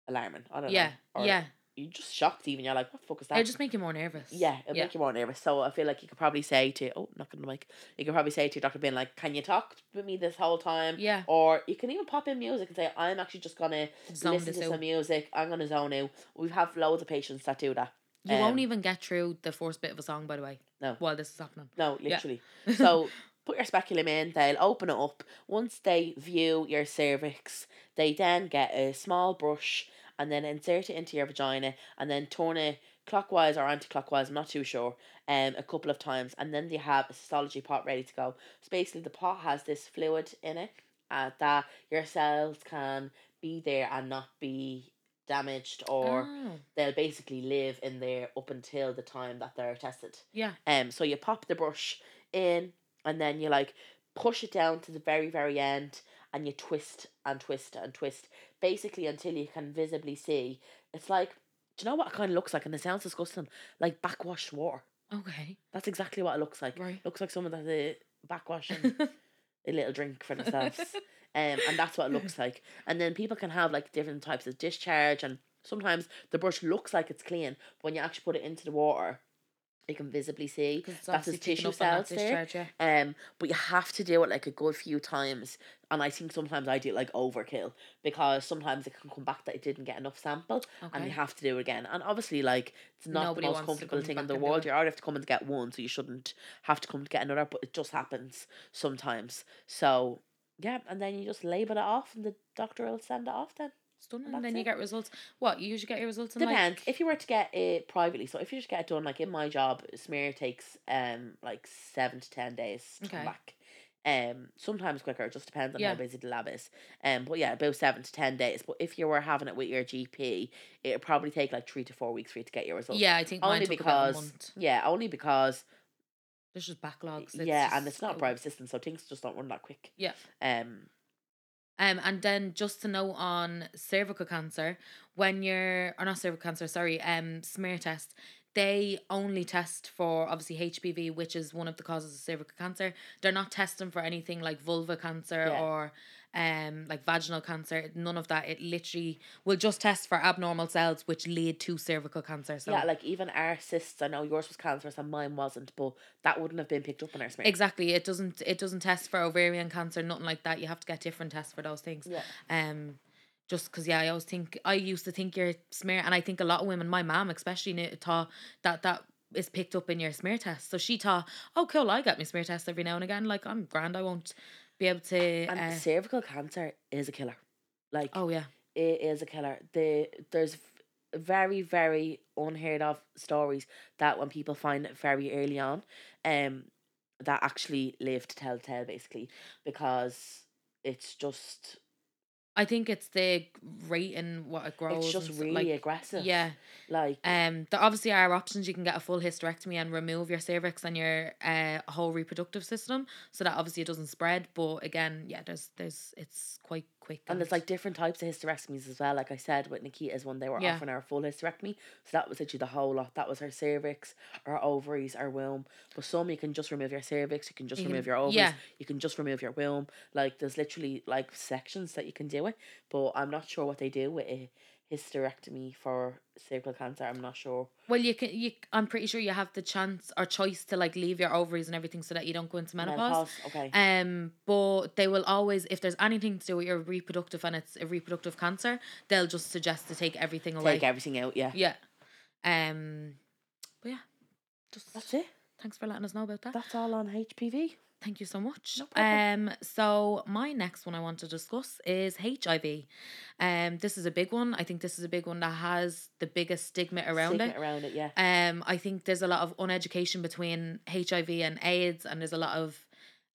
B: alarming. I don't
A: Yeah.
B: know. Or
A: yeah.
B: You're just shocked even. You're like, what the fuck is that?
A: It'll just make you more nervous.
B: Yeah, it'll make you more nervous. So I feel like you could probably say to oh knock on the mic. You could probably say to your doctor being like, Can you talk with me this whole time?
A: Yeah.
B: Or you can even pop in music and say, I'm actually just gonna
A: Zone
B: listen
A: this
B: to
A: out.
B: some music, I'm gonna zone out. We've have loads of patients that do that.
A: You won't
B: Um,
A: even get through the first bit of a song, by the way.
B: No.
A: While this is happening.
B: No, literally. So put your speculum in, they'll open it up. Once they view your cervix, they then get a small brush and then insert it into your vagina and then turn it clockwise or anti-clockwise, I'm not too sure, um, a couple of times, and then they have a Sysology pot ready to go. So basically, the pot has this fluid in it uh, that your cells can be there and not be damaged, or
A: Oh,
B: they'll basically live in there up until the time that they're tested.
A: yeah.
B: Um, so you pop the brush in, and then you like push it down to the very, very end, and you twist and twist and twist, basically until you can visibly see. It's like, do you know what it kind of looks like? And it sounds disgusting, like backwashed water.
A: Okay.
B: That's exactly what it looks like.
A: Right.
B: Looks like someone that's a backwash and a little drink for themselves. um, and that's what it looks like. And then people can have like different types of discharge, and sometimes the brush looks like it's clean, but when you actually put it into the water, you can visibly see.
A: Because it's
B: That's his
A: obviously picking
B: tissue
A: up on that
B: cells there.
A: discharge, yeah.
B: Um, but you have to do it like a good few times, and I think sometimes I do it like overkill because sometimes it can come back that it didn't get enough sample, and
A: Okay.
B: you have to do it again. And obviously, like it's not
A: Nobody
B: the most
A: wants to
B: comfortable
A: come
B: thing in
A: back
B: the
A: and do
B: world.
A: it.
B: You already have to come and get one, so you shouldn't have to come to get another. But it just happens sometimes. So yeah, and then you just label it off, and the doctor will send it off. Then
A: Stunning.
B: That's
A: And then you
B: it.
A: get results. What you usually get your results in like
B: depends if you were to get it privately. So if you just get it done, like in my job, a smear takes um like seven to ten days to come
A: Okay.
B: back. Um, sometimes quicker. It just depends on
A: Yeah.
B: how busy the lab is. Um, but yeah, about seven to ten days. But if you were having it with your GP, it'd probably take like three to four weeks for you to get your results.
A: yeah, I think mine
B: only
A: took about a
B: because-
A: month.
B: Yeah, only because
A: There's just backlogs.
B: yeah, and
A: just-
B: it's not a
A: oh.
B: private system, so things just don't run that quick.
A: Yeah.
B: Um.
A: Um, and then just to know on cervical cancer, when you're or not cervical cancer, sorry, um, smear test, they only test for obviously HPV, which is one of the causes of cervical cancer. They're not testing for anything like vulva cancer
B: Yeah.
A: or um like vaginal cancer. None of that. It literally will just test for abnormal cells which lead to cervical cancer. So
B: Yeah, like even our cysts. I know yours was cancerous and mine wasn't, but that wouldn't have been picked up on our smear.
A: exactly, it doesn't it doesn't test for ovarian cancer, nothing like that. You have to get different tests for those things.
B: Yeah.
A: um just because yeah i always think i used to think your smear and i think a lot of women my mom especially knew, thought that that is picked up in your smear test so she thought oh cool i get my smear test every now and again like i'm grand i won't be able to
B: And
A: uh,
B: cervical cancer is a killer. Like
A: oh yeah
B: it is a killer. The there's v- very very unheard of stories that when people find it very early on, um, that actually live to tell the tale basically because it's just
A: i think it's the rate and what it grows
B: it's just
A: and
B: really
A: stuff, like,
B: aggressive.
A: yeah
B: like
A: Um, there obviously are options. You can get a full hysterectomy and remove your cervix and your uh, whole reproductive system, so that obviously it doesn't spread. But again, yeah, there's there's it's quite quick.
B: And there's like different types of hysterectomies as well. Like I said with Nikita's one, they were
A: Yeah.
B: offering her a full hysterectomy. So that was actually the whole lot. That was her cervix, her ovaries, her womb. But some you can just remove your cervix, you can just
A: You
B: remove
A: can-
B: your ovaries,
A: yeah.
B: you can just remove your womb. Like there's literally like sections that you can do it. But I'm not sure what they do with a hysterectomy for cervical cancer. I'm not sure.
A: Well, you can. You, I'm pretty sure you have the chance or choice to like leave your ovaries and everything so that you don't go into menopause.
B: Okay.
A: Um, but they will always, if there's anything to do with your reproductive and it's a reproductive cancer, they'll just suggest to take everything away.
B: Take everything out, yeah.
A: Yeah. Um, but yeah, just
B: That's it.
A: thanks for letting us know about that.
B: That's all on HPV.
A: Thank you so much.
B: No problem.
A: Um, so my next one I want to discuss is HIV. Um, this is a big one. I think this is a big one that has the biggest stigma around
B: Stigma
A: it.
B: Around it, yeah.
A: Um, I think there's a lot of uneducation between HIV and AIDS, and there's a lot of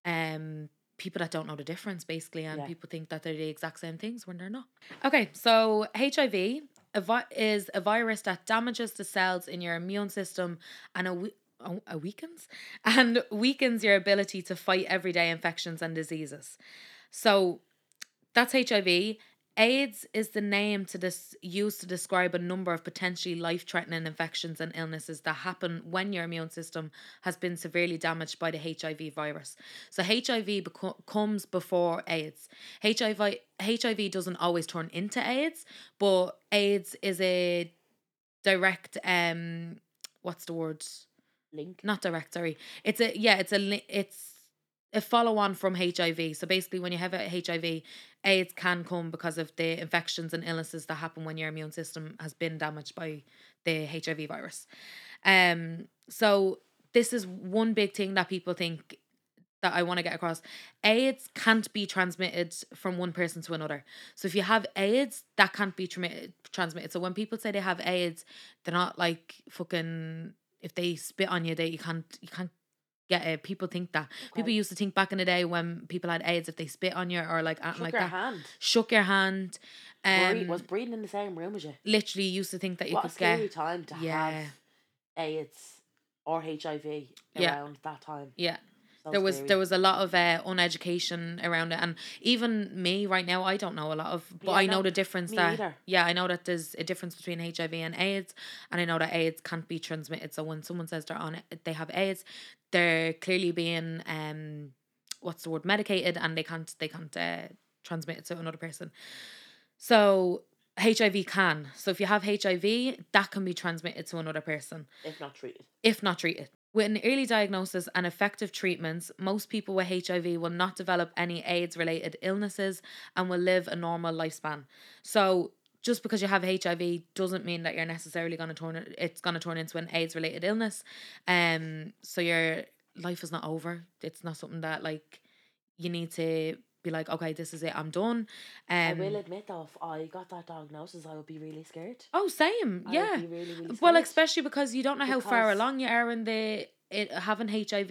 A: um people that don't know the difference basically, and
B: Yeah.
A: people think that they're the exact same things when they're not. Okay, so HIV a vi- is a virus that damages the cells in your immune system and a. we- oh, uh, weakens and weakens your ability to fight everyday infections and diseases. So that's HIV. AIDS is the name to this used to describe a number of potentially life-threatening infections and illnesses that happen when your immune system has been severely damaged by the HIV virus. So HIV beco- comes before AIDS. HIV HIV doesn't always turn into AIDS, but AIDS is a direct um what's the word?
B: Link.
A: not direct sorry it's a yeah it's a li- it's a follow on from HIV so basically when you have a HIV AIDS can come because of the infections and illnesses that happen when your immune system has been damaged by the HIV virus um so this is one big thing that people think that I want to get across. AIDS can't be transmitted from one person to another. So if you have AIDS, that can't be transmitted. transmitted. So when people say they have AIDS, they're not like fucking. If they spit on you, they you can't you can't get it. People think that. People used to think back in the day when people had AIDS, if they spit on you or like
B: Shook
A: acting like
B: your
A: that,
B: hand.
A: shook your hand, um,
B: Breed- was breeding in the same room as you.
A: literally used to think that you
B: what a
A: could
B: scary
A: get
B: time to
A: yeah.
B: have AIDS or HIV
A: Yeah.
B: around that time.
A: yeah.
B: So
A: there was
B: scary.
A: there was a lot of uh, uneducation around it and even me right now i don't know a lot of but
B: Yeah,
A: i know
B: no,
A: the difference
B: me
A: that
B: either.
A: yeah i know that there's a difference between hiv and aids and i know that aids can't be transmitted so when someone says they're on it they have aids they're clearly being um what's the word medicated and they can't they can't uh, transmit it to another person so hiv can so if you have hiv that can be transmitted to another person
B: if not treated.
A: if not treated. With an early diagnosis and effective treatments, most people with HIV will not develop any AIDS related illnesses and will live a normal lifespan. So, just because you have HIV doesn't mean that you're necessarily going to turn it, it's going to turn into an AIDS related illness. Um so your life is not over. It's not something that like you need to be like, okay, this is it. I'm done. Um
B: I will admit though, if I got that diagnosis, I would be really scared.
A: Oh, same.
B: I would
A: yeah.
B: be really, really
A: Well,
B: scared.
A: especially because you don't know how far
B: Because-
A: along you are in the it, having HIV.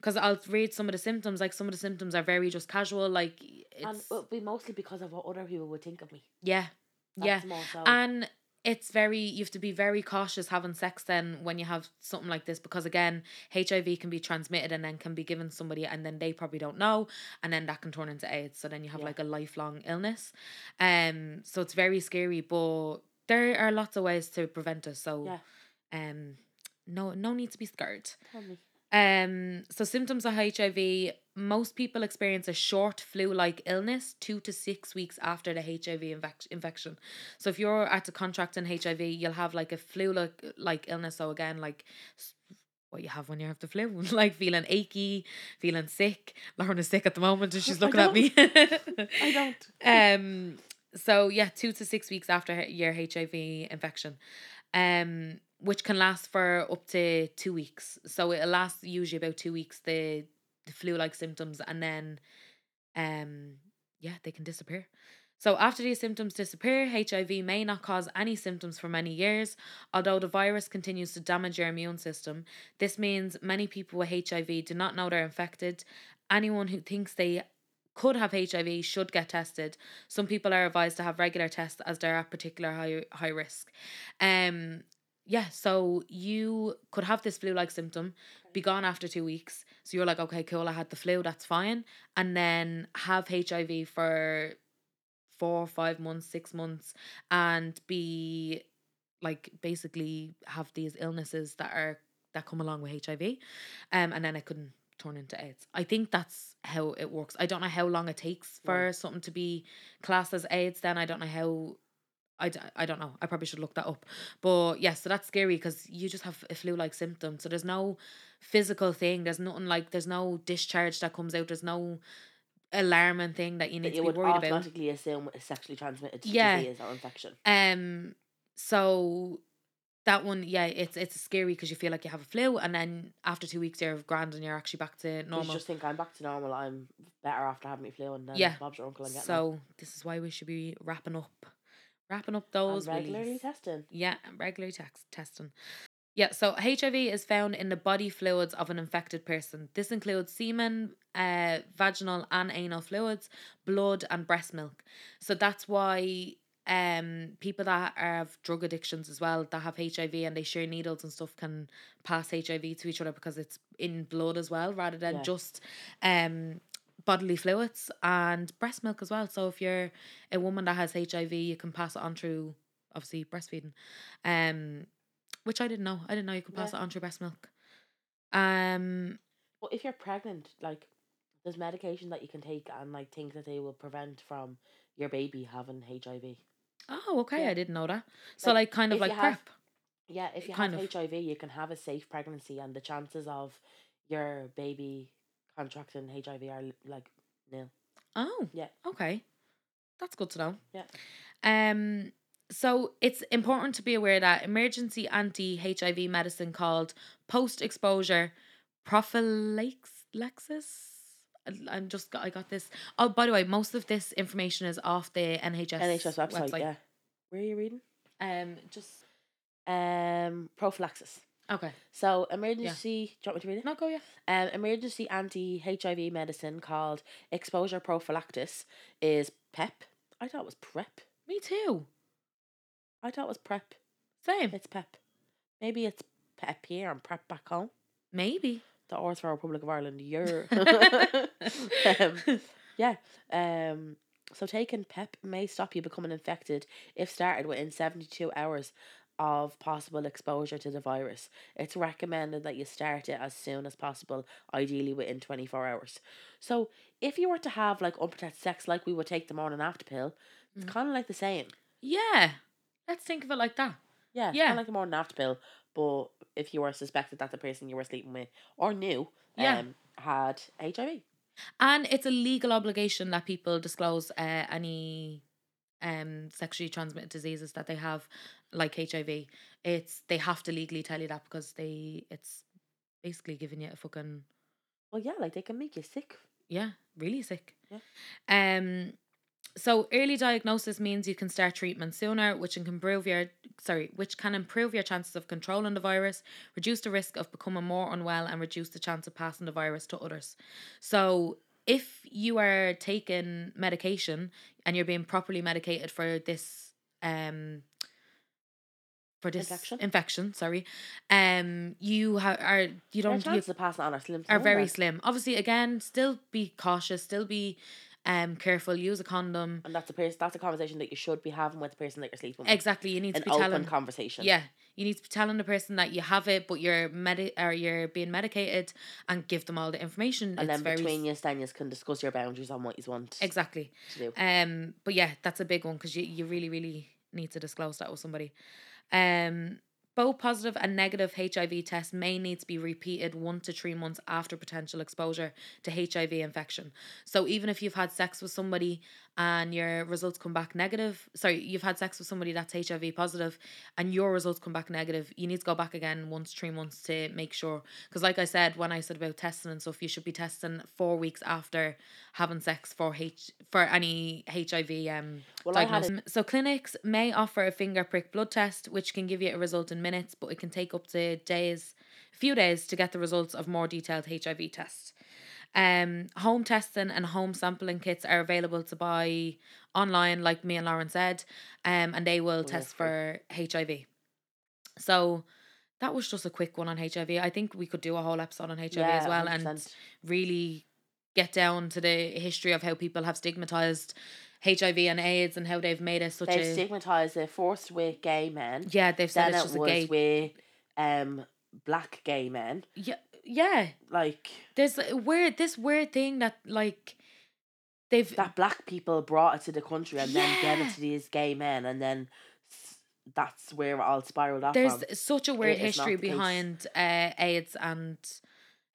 A: Because I'll read some of the symptoms. Like some of the symptoms are very just casual. Like
B: and
A: it's
B: it would be mostly because of what other people would think of me.
A: yeah, yeah,
B: That's more so.
A: and it's very you have to be very cautious having sex then when you have something like this because again HIV can be transmitted and then can be given somebody and then they probably don't know and then that can turn into AIDS so then you have
B: Yeah.
A: like a lifelong illness um so it's very scary but there are lots of ways to prevent it so um no no need to be scared
B: Tell me.
A: um, so symptoms of HIV, most people experience a short flu-like illness two to six weeks after the HIV infec- infection. So if you're at a contract in HIV, you'll have like a flu-like like illness. So again, like s- what you have when you have the flu, like feeling achy, feeling sick. Lauren is sick at the moment and she's
B: I
A: looking at me.
B: I don't.
A: um so yeah two to six weeks after h- your hiv infection um which can last for up to two weeks so it'll last usually about two weeks the, the flu-like symptoms and then um yeah they can disappear so after these symptoms disappear hiv may not cause any symptoms for many years although the virus continues to damage your immune system this means many people with hiv do not know they're infected anyone who thinks they could have hiv should get tested some people are advised to have regular tests as they're at particular high high risk. Um yeah, so you could have this flu-like symptom, be gone after two weeks. So you're like, okay, cool, I had the flu, that's fine. And then have HIV for four, five months, six months, and be like basically have these illnesses that are that come along with HIV. Um and then it couldn't turn into AIDS. I think that's how it works. I don't know how long it takes for something to be classed as AIDS then. I don't know how I, d- I don't know. I probably should look that up. But yeah, so that's scary because you just have a flu like symptom. So there's no physical thing. There's nothing like, there's no discharge that comes out. There's no alarming thing that you need
B: That you
A: to be
B: would
A: worried about.
B: automatically assume it's sexually transmitted
A: Yeah.
B: disease or infection.
A: Um. So that one, yeah, it's it's scary because you feel like you have a flu, and then after two weeks you're grand and you're actually back to
B: You
A: normal.
B: just think I'm back to normal. I'm better after having me flu and then
A: Yeah.
B: Bob's your uncle and getting
A: So
B: so,
A: this is why we should be wrapping up, wrapping up those
B: regularly
A: willies.
B: testing.
A: Yeah, and regularly tex- testing. Yeah, so HIV is found in the body fluids of an infected person. This includes semen, uh, vaginal and anal fluids, blood, and breast milk. So that's why um people that have drug addictions as well that have HIV and they share needles and stuff can pass HIV to each other because it's in blood as well rather than
B: Yeah.
A: just um bodily fluids and breast milk as well. So if you're a woman that has HIV, you can pass it on through obviously breastfeeding. Um which I didn't know. I didn't know you could pass
B: Yeah.
A: it on through breast milk. Um
B: But if you're pregnant, like there's medication that you can take and like things that they will prevent from your baby having HIV.
A: oh okay,
B: Yeah.
A: I didn't know that. So like,
B: Like,
A: kind of
B: if you
A: like
B: have-
A: prep.
B: Yeah, if you
A: Kind
B: have
A: of.
B: HIV, you can have a safe pregnancy, and the chances of your baby contracting HIV are like nil.
A: Oh.
B: Yeah.
A: Okay. That's good to know.
B: Yeah.
A: Um so it's important to be aware that emergency anti-HIV medicine called post-exposure prophylaxis I- I'm just got, I got this. Oh, by the way, most of this information is off the NHS
B: NHS website, yeah. Where are you reading?
A: yeah. Um, just
B: Um, prophylaxis.
A: okay.
B: So emergency. Do you want me to read it?
A: No, go yeah.
B: Um, emergency anti HIV medicine called exposure prophylaxis is PEP. I thought it was PrEP.
A: Me too.
B: I thought it was E PrEP.
A: Same.
B: It's PEP. Maybe it's PEP here and PrEP back home.
A: Maybe.
B: The Ortho Republic of Ireland, you're. um,
A: That's
B: yeah. Um, so taking PEP may stop you becoming infected if started within 72 hours of possible exposure to the virus. It's recommended that you start it as soon as possible, ideally within 24 hours. So if you were to have like unprotected sex like we would take the morning after pill, it's
A: Mhm.
B: kind of like the same.
A: Yeah. Let's think of it like that.
B: Yeah, it's
A: Yeah.
B: kind of like the morning after pill, but if you were suspected that the person you were sleeping with or knew
A: Yeah.
B: um, had HIV.
A: And it's a legal obligation that people disclose uh, any um sexually transmitted diseases that they have, like HIV. It's they have to legally tell you that because they it's basically giving you a fucking
B: Well, yeah, like they can make you sick.
A: yeah, really sick.
B: Yeah.
A: Um so early diagnosis means you can start treatment sooner, which can improve your sorry, which can improve your chances of controlling the virus, reduce the risk of becoming more unwell, and reduce the chance of passing the virus to others. So if you are taking medication and you're being properly medicated for this um for this
B: Infection?
A: infection sorry, um, you ha- are you
B: Their
A: don't you
B: chances of passing on are slim. to
A: are
B: none,
A: very
B: like.
A: slim. Obviously, again, still be cautious, still be um careful, use a condom.
B: And that's a person. That's a conversation that you should be having with the person that you're sleeping with.
A: Exactly, you need to
B: Um, An
A: be
B: open
A: telling
B: conversation.
A: Yeah. You need to be telling the person that you have it but you're medi- or you're being medicated and give them all the information.
B: And
A: it's
B: then
A: very
B: between you, then you can discuss your boundaries on what you want
A: Exactly.
B: to do.
A: Um but yeah, that's a big one because you, you really, really need to disclose that with somebody. Um both positive and negative HIV tests may need to be repeated one to three months after potential exposure to HIV infection. So even if you've had sex with somebody and your results come back negative, sorry, you've had sex with somebody that's HIV positive and your results come back negative, you need to go back again once three months to make sure. Because like I said, when I said about testing and stuff, you should be testing four weeks after having sex for H for any HIV um
B: Well, I had
A: diagnosis. So clinics may offer a finger prick blood test, which can give you a result in minutes, but it can take up to days, few days to get the results of more detailed HIV tests. Um, home testing and home sampling kits are available to buy online, like me and Lauren said, um, and they will
B: that's
A: test
B: great.
A: for HIV. So that was just a quick one on HIV. I think we could do a whole episode on HIV as well and
B: 100%.
A: really get down to the history of how people have stigmatized HIV and AIDS and how they've made it such
B: they've
A: a
B: stigmatized it first with gay men.
A: yeah they've said
B: then
A: it's
B: it
A: just a
B: was
A: gay
B: with um black gay men.
A: yeah yeah
B: Like
A: there's a weird this weird thing that like they've
B: that, black people brought it to the country and then gave
A: Yeah.
B: it to these gay men, and then s- that's where it all spiraled off.
A: there's
B: from.
A: such a weird
B: It is not
A: history
B: the case.
A: behind uh, AIDS and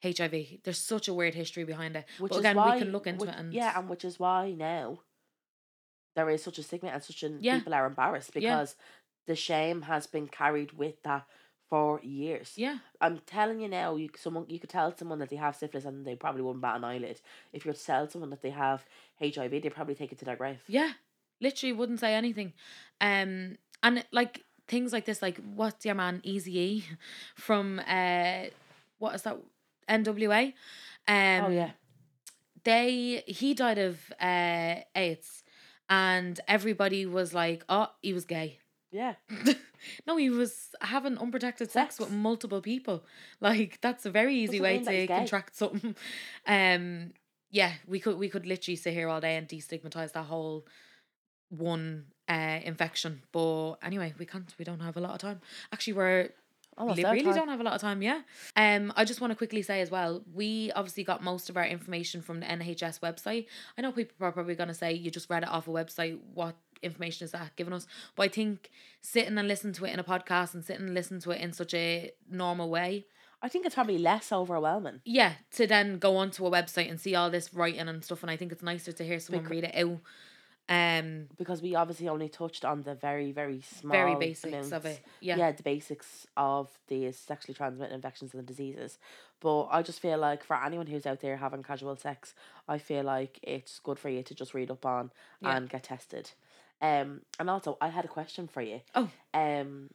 A: HIV. There's such a weird history behind it.
B: Which
A: but
B: is
A: again,
B: why,
A: we can look into
B: which-
A: it and
B: yeah, and which is why now there is such a stigma and such an
A: Yeah.
B: people are embarrassed
A: Yeah.
B: because the shame has been carried with that for years.
A: yeah,
B: I'm telling you now, you c- someone you could tell someone that they have syphilis and they probably wouldn't bat an eyelid. If you were to tell someone that they have HIV, they probably take it to their grave.
A: yeah. Literally wouldn't say anything. Um, and it- like things like this, like what's your man Easy E from uh, what is that NWA? Um,
B: oh yeah,
A: they he died of uh AIDS, and everybody was like, oh, he was gay.
B: yeah.
A: no, he was having unprotected sex,
B: Sex.
A: with multiple people. Like that's a very easy
B: Doesn't
A: way
B: mean that
A: to
B: he's gay.
A: contract something. Um, yeah, we could we could literally sit here all day and destigmatize that whole one uh infection. But anyway, we can't. We don't have a lot of time. Actually, we're
B: Almost
A: we
B: our
A: really
B: time.
A: oh, don't have a lot of time, yeah. Um, I just want to quickly say as well, we obviously got most of our information from the NHS website. I know people are probably gonna say you just read it off a website. What information is that giving us? But I think sitting and listening to it in a podcast and sitting and listening to it in such a normal way,
B: I think it's probably less overwhelming.
A: yeah, to then go onto a website and see all this writing and stuff. And I think it's nicer to hear someone
B: Becau-
A: read it out. Um,
B: because we obviously only touched on the very, very small,
A: very basics
B: amounts.
A: of it.
B: Yeah.
A: Yeah.
B: the basics of these sexually transmitted infections and diseases. But I just feel like for anyone who's out there having casual sex, I feel like it's good for you to just read up on
A: Yeah.
B: and get tested. Um, and also, I had a question for you.
A: Oh.
B: Um,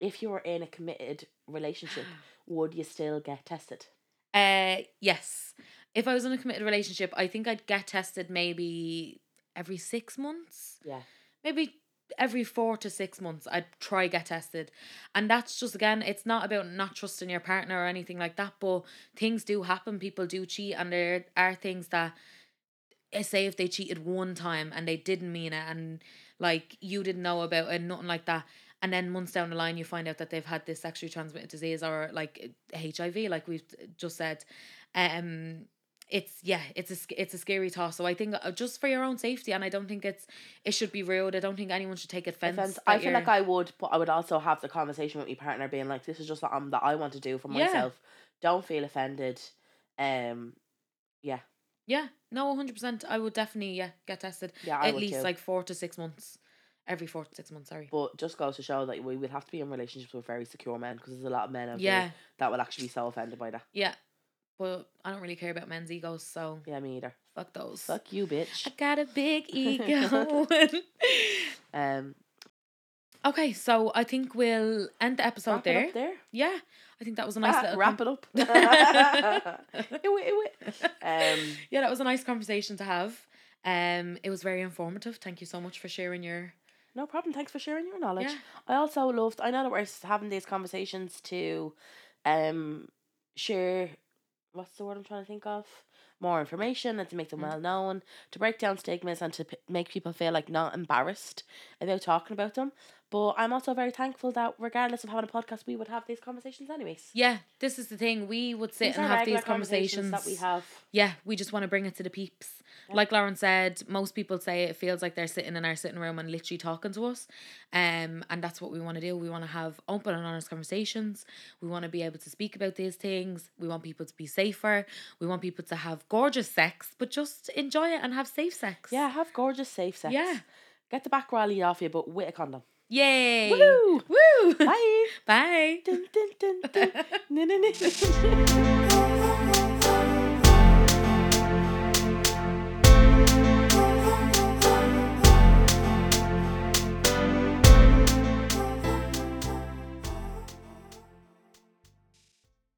B: if you were in a committed relationship, would you still get tested?
A: Uh, yes. If I was in a committed relationship, I think I'd get tested maybe every six months.
B: Yeah.
A: Maybe every four to six months, I'd try get tested, and that's just again, it's not about not trusting your partner or anything like that. But things do happen. People do cheat, and there are things that. eh, Say if they cheated one time and they didn't mean it, and like you didn't know about it, nothing like that. And then months down the line, you find out that they've had this sexually transmitted disease or like HIV, like we've just said. Um, it's yeah, it's a sc- it's a scary thought. So I think uh, just for your own safety, and I don't think it's it should be rude. I don't think anyone should take offense.
B: Offense. I
A: that
B: feel
A: you're-
B: like I would, but I would also have the conversation with my partner, being like, "This is just something that I want to do for
A: Yeah.
B: myself. Don't feel offended." Um,
A: yeah, no, one hundred percent. I would definitely yeah get tested
B: yeah, I
A: at
B: would
A: least
B: too.
A: like four to six months, every four to six months. Sorry.
B: But just goes to show that we would have to be in relationships with very secure men because there's a lot of men out
A: yeah,
B: there that will actually be so offended by that.
A: yeah, but I don't really care about men's egos, so
B: Yeah, me either.
A: fuck those.
B: Fuck you, bitch.
A: I got a big ego.
B: Um,
A: okay, so I think we'll end the episode
B: wrap
A: there.
B: it up there.
A: Yeah, I think that was a nice
B: Ah,
A: little
B: wrap
A: com-
B: it up. Ew, ew, ew. um,
A: yeah, that was a nice conversation to have. Um, it was very informative. Thank you so much for sharing your
B: No problem. Thanks for sharing your knowledge.
A: Yeah.
B: I also loved. I know that we're s- having these conversations to, um, share. What's the word I'm trying to think of? More information and to make them
A: Mm.
B: well known, to break down stigmas and to p- make people feel like not embarrassed about talking about them. But I'm also very thankful that regardless of having a podcast, we would have these conversations anyways.
A: yeah. This is the thing we would sit
B: These
A: and
B: are
A: have these
B: regular
A: conversations.
B: that we have.
A: Yeah, we just want to bring it to the peeps.
B: Yeah.
A: Like Lauren said, most people say it feels like they're sitting in our sitting room and literally talking to us. Um, and that's what we want to do. We want to have open and honest conversations. We want to be able to speak about these things. We want people to be safer. We want people to have gorgeous sex, but just enjoy it and have safe sex.
B: Yeah, have gorgeous, safe sex.
A: Yeah.
B: Get the back rally off you, but with a condom.
A: Yay.
B: Woo!
A: Woo.
B: Bye.
A: Bye.
B: dun, dun, dun, dun. No, no, no.